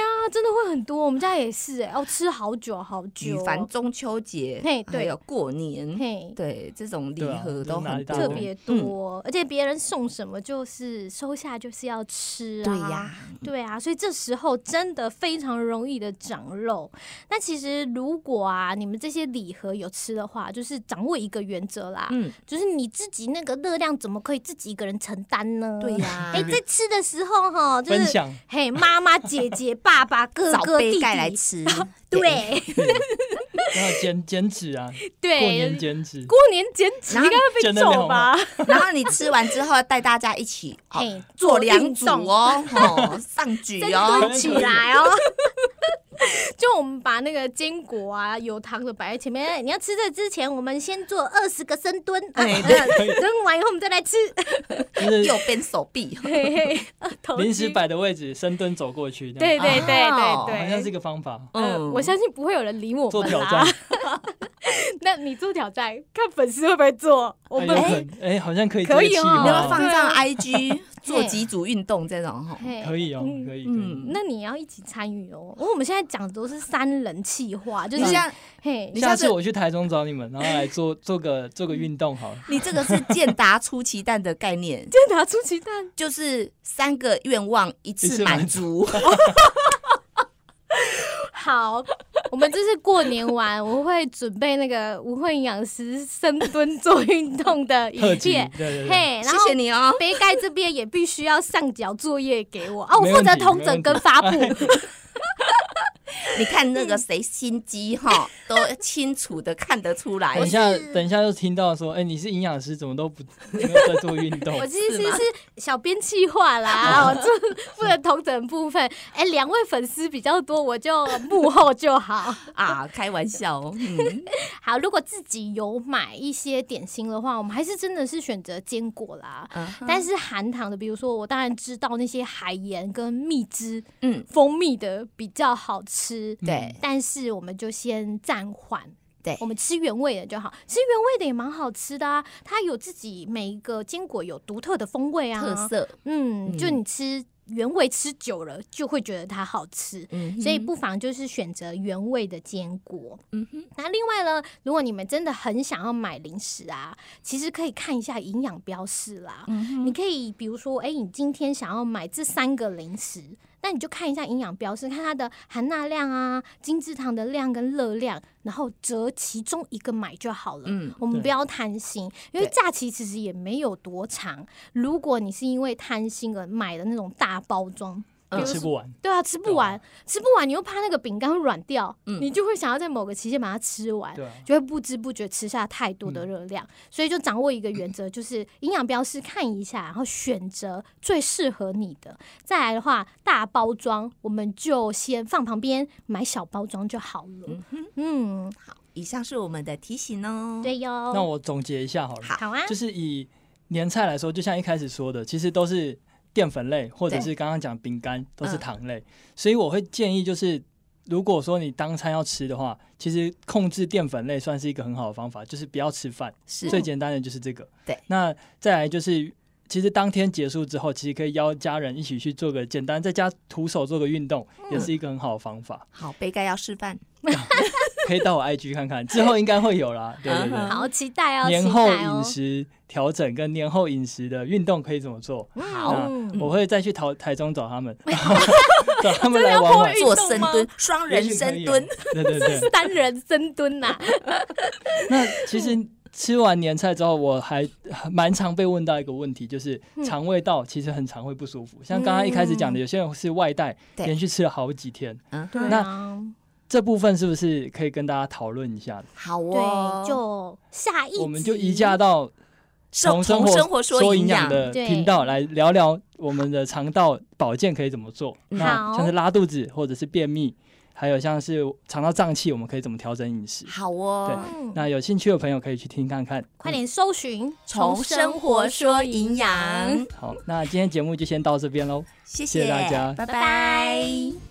Speaker 3: 啊，真的会很多，我们家也是哎，哦，吃好久好
Speaker 2: 举
Speaker 3: 久哦，
Speaker 2: 凡中秋节，
Speaker 3: 嘿对
Speaker 2: 还有过年，
Speaker 3: 嘿，
Speaker 2: 对，这种礼
Speaker 1: 对啊
Speaker 2: 盒
Speaker 1: 就
Speaker 2: 都
Speaker 1: 拿
Speaker 2: 很
Speaker 1: 一大
Speaker 2: 多
Speaker 1: 包
Speaker 3: 特别
Speaker 2: 嗯
Speaker 3: 多，而且别人送什么就是收下就是要吃啊，
Speaker 2: 对呀，
Speaker 3: 对啊，所以这时候真的非常容易的长肉。那其实如果啊，你们这些礼盒有吃的话，就是掌握一个原则啦，
Speaker 2: 嗯，
Speaker 3: 就是你自己那个热量怎么可以自己一个人承担呢？
Speaker 2: 对。呀
Speaker 3: 哎、，在吃的时候哈，就
Speaker 1: 分
Speaker 3: 是
Speaker 1: 享，
Speaker 3: 嘿，妈妈、姐姐、爸爸、哥
Speaker 2: 找
Speaker 3: 哥、弟
Speaker 2: 杯
Speaker 3: 弟，，
Speaker 2: 盖来吃
Speaker 3: 对
Speaker 1: 然后减减脂啊，过年
Speaker 3: 对，
Speaker 1: 减脂，
Speaker 3: 过年减脂
Speaker 2: 然
Speaker 3: 应
Speaker 2: 后
Speaker 3: 该会
Speaker 1: 真
Speaker 3: 被
Speaker 1: 的了
Speaker 3: 揍吧？
Speaker 2: 对，然后你吃完之后带大家一起哦
Speaker 3: 嘿，
Speaker 2: 做两组
Speaker 3: 运动
Speaker 2: 哦，哦上举
Speaker 3: 再
Speaker 2: 哦
Speaker 3: 蹲，起来 哦。就我们把那个坚果啊、有糖的摆在前面，哎你要吃这之前，我们先做二十个深蹲，啊
Speaker 2: 哎
Speaker 1: 对
Speaker 3: 蹲完以后我们再来 吃。
Speaker 1: 就是
Speaker 2: 右边手 臂，
Speaker 3: 嘿嘿，头
Speaker 1: 临时
Speaker 3: 巾。
Speaker 1: 摆的位置，深蹲走过去，这样
Speaker 3: 对对对
Speaker 2: 哦
Speaker 3: 对对，
Speaker 1: 好像是一个方法，
Speaker 3: 嗯，
Speaker 2: 嗯，
Speaker 3: 我相信不会有人理我
Speaker 1: 做
Speaker 3: 们啊
Speaker 1: 挑战
Speaker 3: 啦。， 那你做挑战，看粉丝会不会做？我
Speaker 1: 哎
Speaker 3: 们
Speaker 1: 有可能，哎，好像可以这个
Speaker 3: 可以
Speaker 1: 计
Speaker 3: 哦
Speaker 2: 你
Speaker 1: 划
Speaker 2: 要不要
Speaker 1: 哦，
Speaker 2: 放
Speaker 3: 对
Speaker 2: 上
Speaker 3: 啊
Speaker 2: IG 做几组运动这种哈？
Speaker 3: 嘿
Speaker 1: 可以哦，
Speaker 3: 嗯
Speaker 1: 可以，可以。
Speaker 2: 嗯，
Speaker 3: 那你要一起参与哦，因为我们现在讲的都是三人气话， 就
Speaker 2: 你
Speaker 3: 是
Speaker 2: 像
Speaker 3: 嘿
Speaker 2: 你，
Speaker 1: 下
Speaker 2: 下
Speaker 1: 次
Speaker 2: 次
Speaker 1: 我去台中找你们，然后来做做个做个运动好了。
Speaker 2: 你这个是健达出奇蛋的概念，
Speaker 3: 就拿出鸡蛋，
Speaker 2: 就是三个愿望一次满 足，
Speaker 3: 好，我们这次过年完，我会准备那个无会营养师深蹲做运动的
Speaker 1: 特
Speaker 3: 影
Speaker 1: 辑，
Speaker 3: 片，
Speaker 1: 对对对，
Speaker 3: 嘿，然
Speaker 2: 谢
Speaker 3: 后
Speaker 2: 谢你哦。
Speaker 3: 杯盖这边也必须要上缴作业给我啊，我
Speaker 1: 没
Speaker 3: 负
Speaker 1: 问题哦
Speaker 3: 责通整跟发布，
Speaker 2: 你看那个谁心机哈，都清楚的看得出来
Speaker 1: 等一。下，等一下就听到说，哎，你是营养师，怎么都不没有在做运 动
Speaker 3: 我？其实
Speaker 2: 是吗
Speaker 3: 是小编企划
Speaker 1: 哦
Speaker 3: 啦，我就负责同整部分。哎，两位粉丝比较多，我就幕后就好。
Speaker 2: 啊，开玩笑哦，嗯，
Speaker 3: 好，如果自己有买一些点心的话，我们还是真的是选择坚果啦。
Speaker 2: 啊哈
Speaker 3: 但是含糖的，比如说我当然知道那些海盐跟蜜汁、
Speaker 2: 嗯，
Speaker 3: 蜂蜜的比较好吃，
Speaker 1: 嗯
Speaker 2: 对
Speaker 3: 但是我们就先暂缓。
Speaker 2: 对
Speaker 3: 我们吃原味的就好，其实原味的也蛮好吃的啊，它有自己每一个坚果有独特的风味啊，
Speaker 2: 特色，
Speaker 3: 嗯，就
Speaker 2: 嗯
Speaker 3: 你吃原味吃久了，就会觉得它好吃。
Speaker 2: 嗯，
Speaker 3: 所以不妨就是选择原味的坚果。
Speaker 2: 嗯哼，
Speaker 3: 那另外呢，如果你们真的很想要买零食啊，其实可以看一下营养标示啦。
Speaker 2: 嗯哼
Speaker 3: 你可以比如说，哎、你今天想要买这三个零食，那你就看一下营养标示，看它的含钠量啊、精制糖的量跟热量，然后择其中一个买就好了。
Speaker 2: 嗯，
Speaker 3: 我们
Speaker 1: 对
Speaker 3: 不要贪心，因为
Speaker 2: 对
Speaker 3: 假期其实也没有多长。如果你是因为贪心而买的那种大包装，
Speaker 2: 嗯
Speaker 1: 又吃不完，
Speaker 3: 对啊，吃不完，吃不完，你又怕那个饼干会软掉，
Speaker 2: 嗯
Speaker 3: 你就会想要在某个期限把它吃完，
Speaker 1: 对啊，
Speaker 3: 就会不知不觉吃下太多
Speaker 1: 嗯
Speaker 3: 的热量。所以就掌握一个原则，就是营养标示看一下，然后选择最适合你的。再来的话，大包装我们就先放旁边，买小包装就好了
Speaker 2: 嗯。哼，
Speaker 3: 嗯，
Speaker 2: 以上是我们的提醒哦。，
Speaker 3: 对哟。
Speaker 1: 那我总结一下好了，
Speaker 3: 好啊，
Speaker 1: 就是以年菜来说，就像一开始说的，其实都是淀粉类，或者是刚刚讲饼干都
Speaker 2: 嗯
Speaker 1: 是糖类，所以我会建议就是。如果说你当餐要吃的话，其实控制淀粉类算是一个很好的方法，就是不要吃饭。
Speaker 2: 是
Speaker 1: 最简单的就是这个。
Speaker 2: 对
Speaker 1: 那再来就是，其实当天结束之后，其实可以邀家人一起去做个简
Speaker 2: 嗯
Speaker 1: 单，在家徒手做个运动，也是一个很好的方法。
Speaker 2: 好，杯盖要示范，
Speaker 1: 可以到我 IG 看看，之后应该会有啦。对对
Speaker 2: 嗯
Speaker 1: 对，
Speaker 3: 好期待哦，
Speaker 1: 年
Speaker 3: 期
Speaker 1: 后
Speaker 3: 待
Speaker 1: 饮
Speaker 3: 哦。
Speaker 1: 食调整跟年后饮食的运动可以怎么做？
Speaker 3: 嗯好，
Speaker 1: 我会再去台台中找他 们，找他们来玩玩。
Speaker 2: 做深蹲，双
Speaker 1: 也
Speaker 2: 人
Speaker 1: 许可
Speaker 2: 深
Speaker 1: 以
Speaker 2: 蹲
Speaker 1: 哦，，对 对对，啊
Speaker 3: 三人深蹲呐、
Speaker 1: 那其实吃完年菜之后，我还蛮常被问到一个问题，就是
Speaker 3: 嗯
Speaker 1: 肠胃道其实很常会不舒服。像刚刚一开始讲的，有些人是外带，
Speaker 2: 对
Speaker 1: 连续吃了好几天，
Speaker 2: 嗯，
Speaker 3: 对啊，
Speaker 1: 这部分是不是可以跟大家讨论一下？
Speaker 2: 好哦，
Speaker 3: 对，就下一集
Speaker 1: 我们就移驾到
Speaker 2: 生
Speaker 1: 从生
Speaker 2: 从生活
Speaker 1: 活
Speaker 2: 说
Speaker 1: 营
Speaker 2: 营
Speaker 1: 养
Speaker 2: 养
Speaker 1: 的
Speaker 3: 对
Speaker 1: 频道来聊聊我们的肠道保健可以怎么做。那
Speaker 3: 好
Speaker 1: 像是拉肚子或者是便秘，还有像是肠道胀气，我们可以怎么调整饮食？
Speaker 2: 好哦，
Speaker 3: 嗯，
Speaker 1: 那有兴趣的朋友可以去听看看。
Speaker 3: 快点搜寻，
Speaker 2: 从生活说营养，
Speaker 1: 嗯好，那今天节目就先到这边喽。
Speaker 2: 谢
Speaker 1: 谢谢大家
Speaker 2: 拜
Speaker 3: 拜拜
Speaker 2: 拜。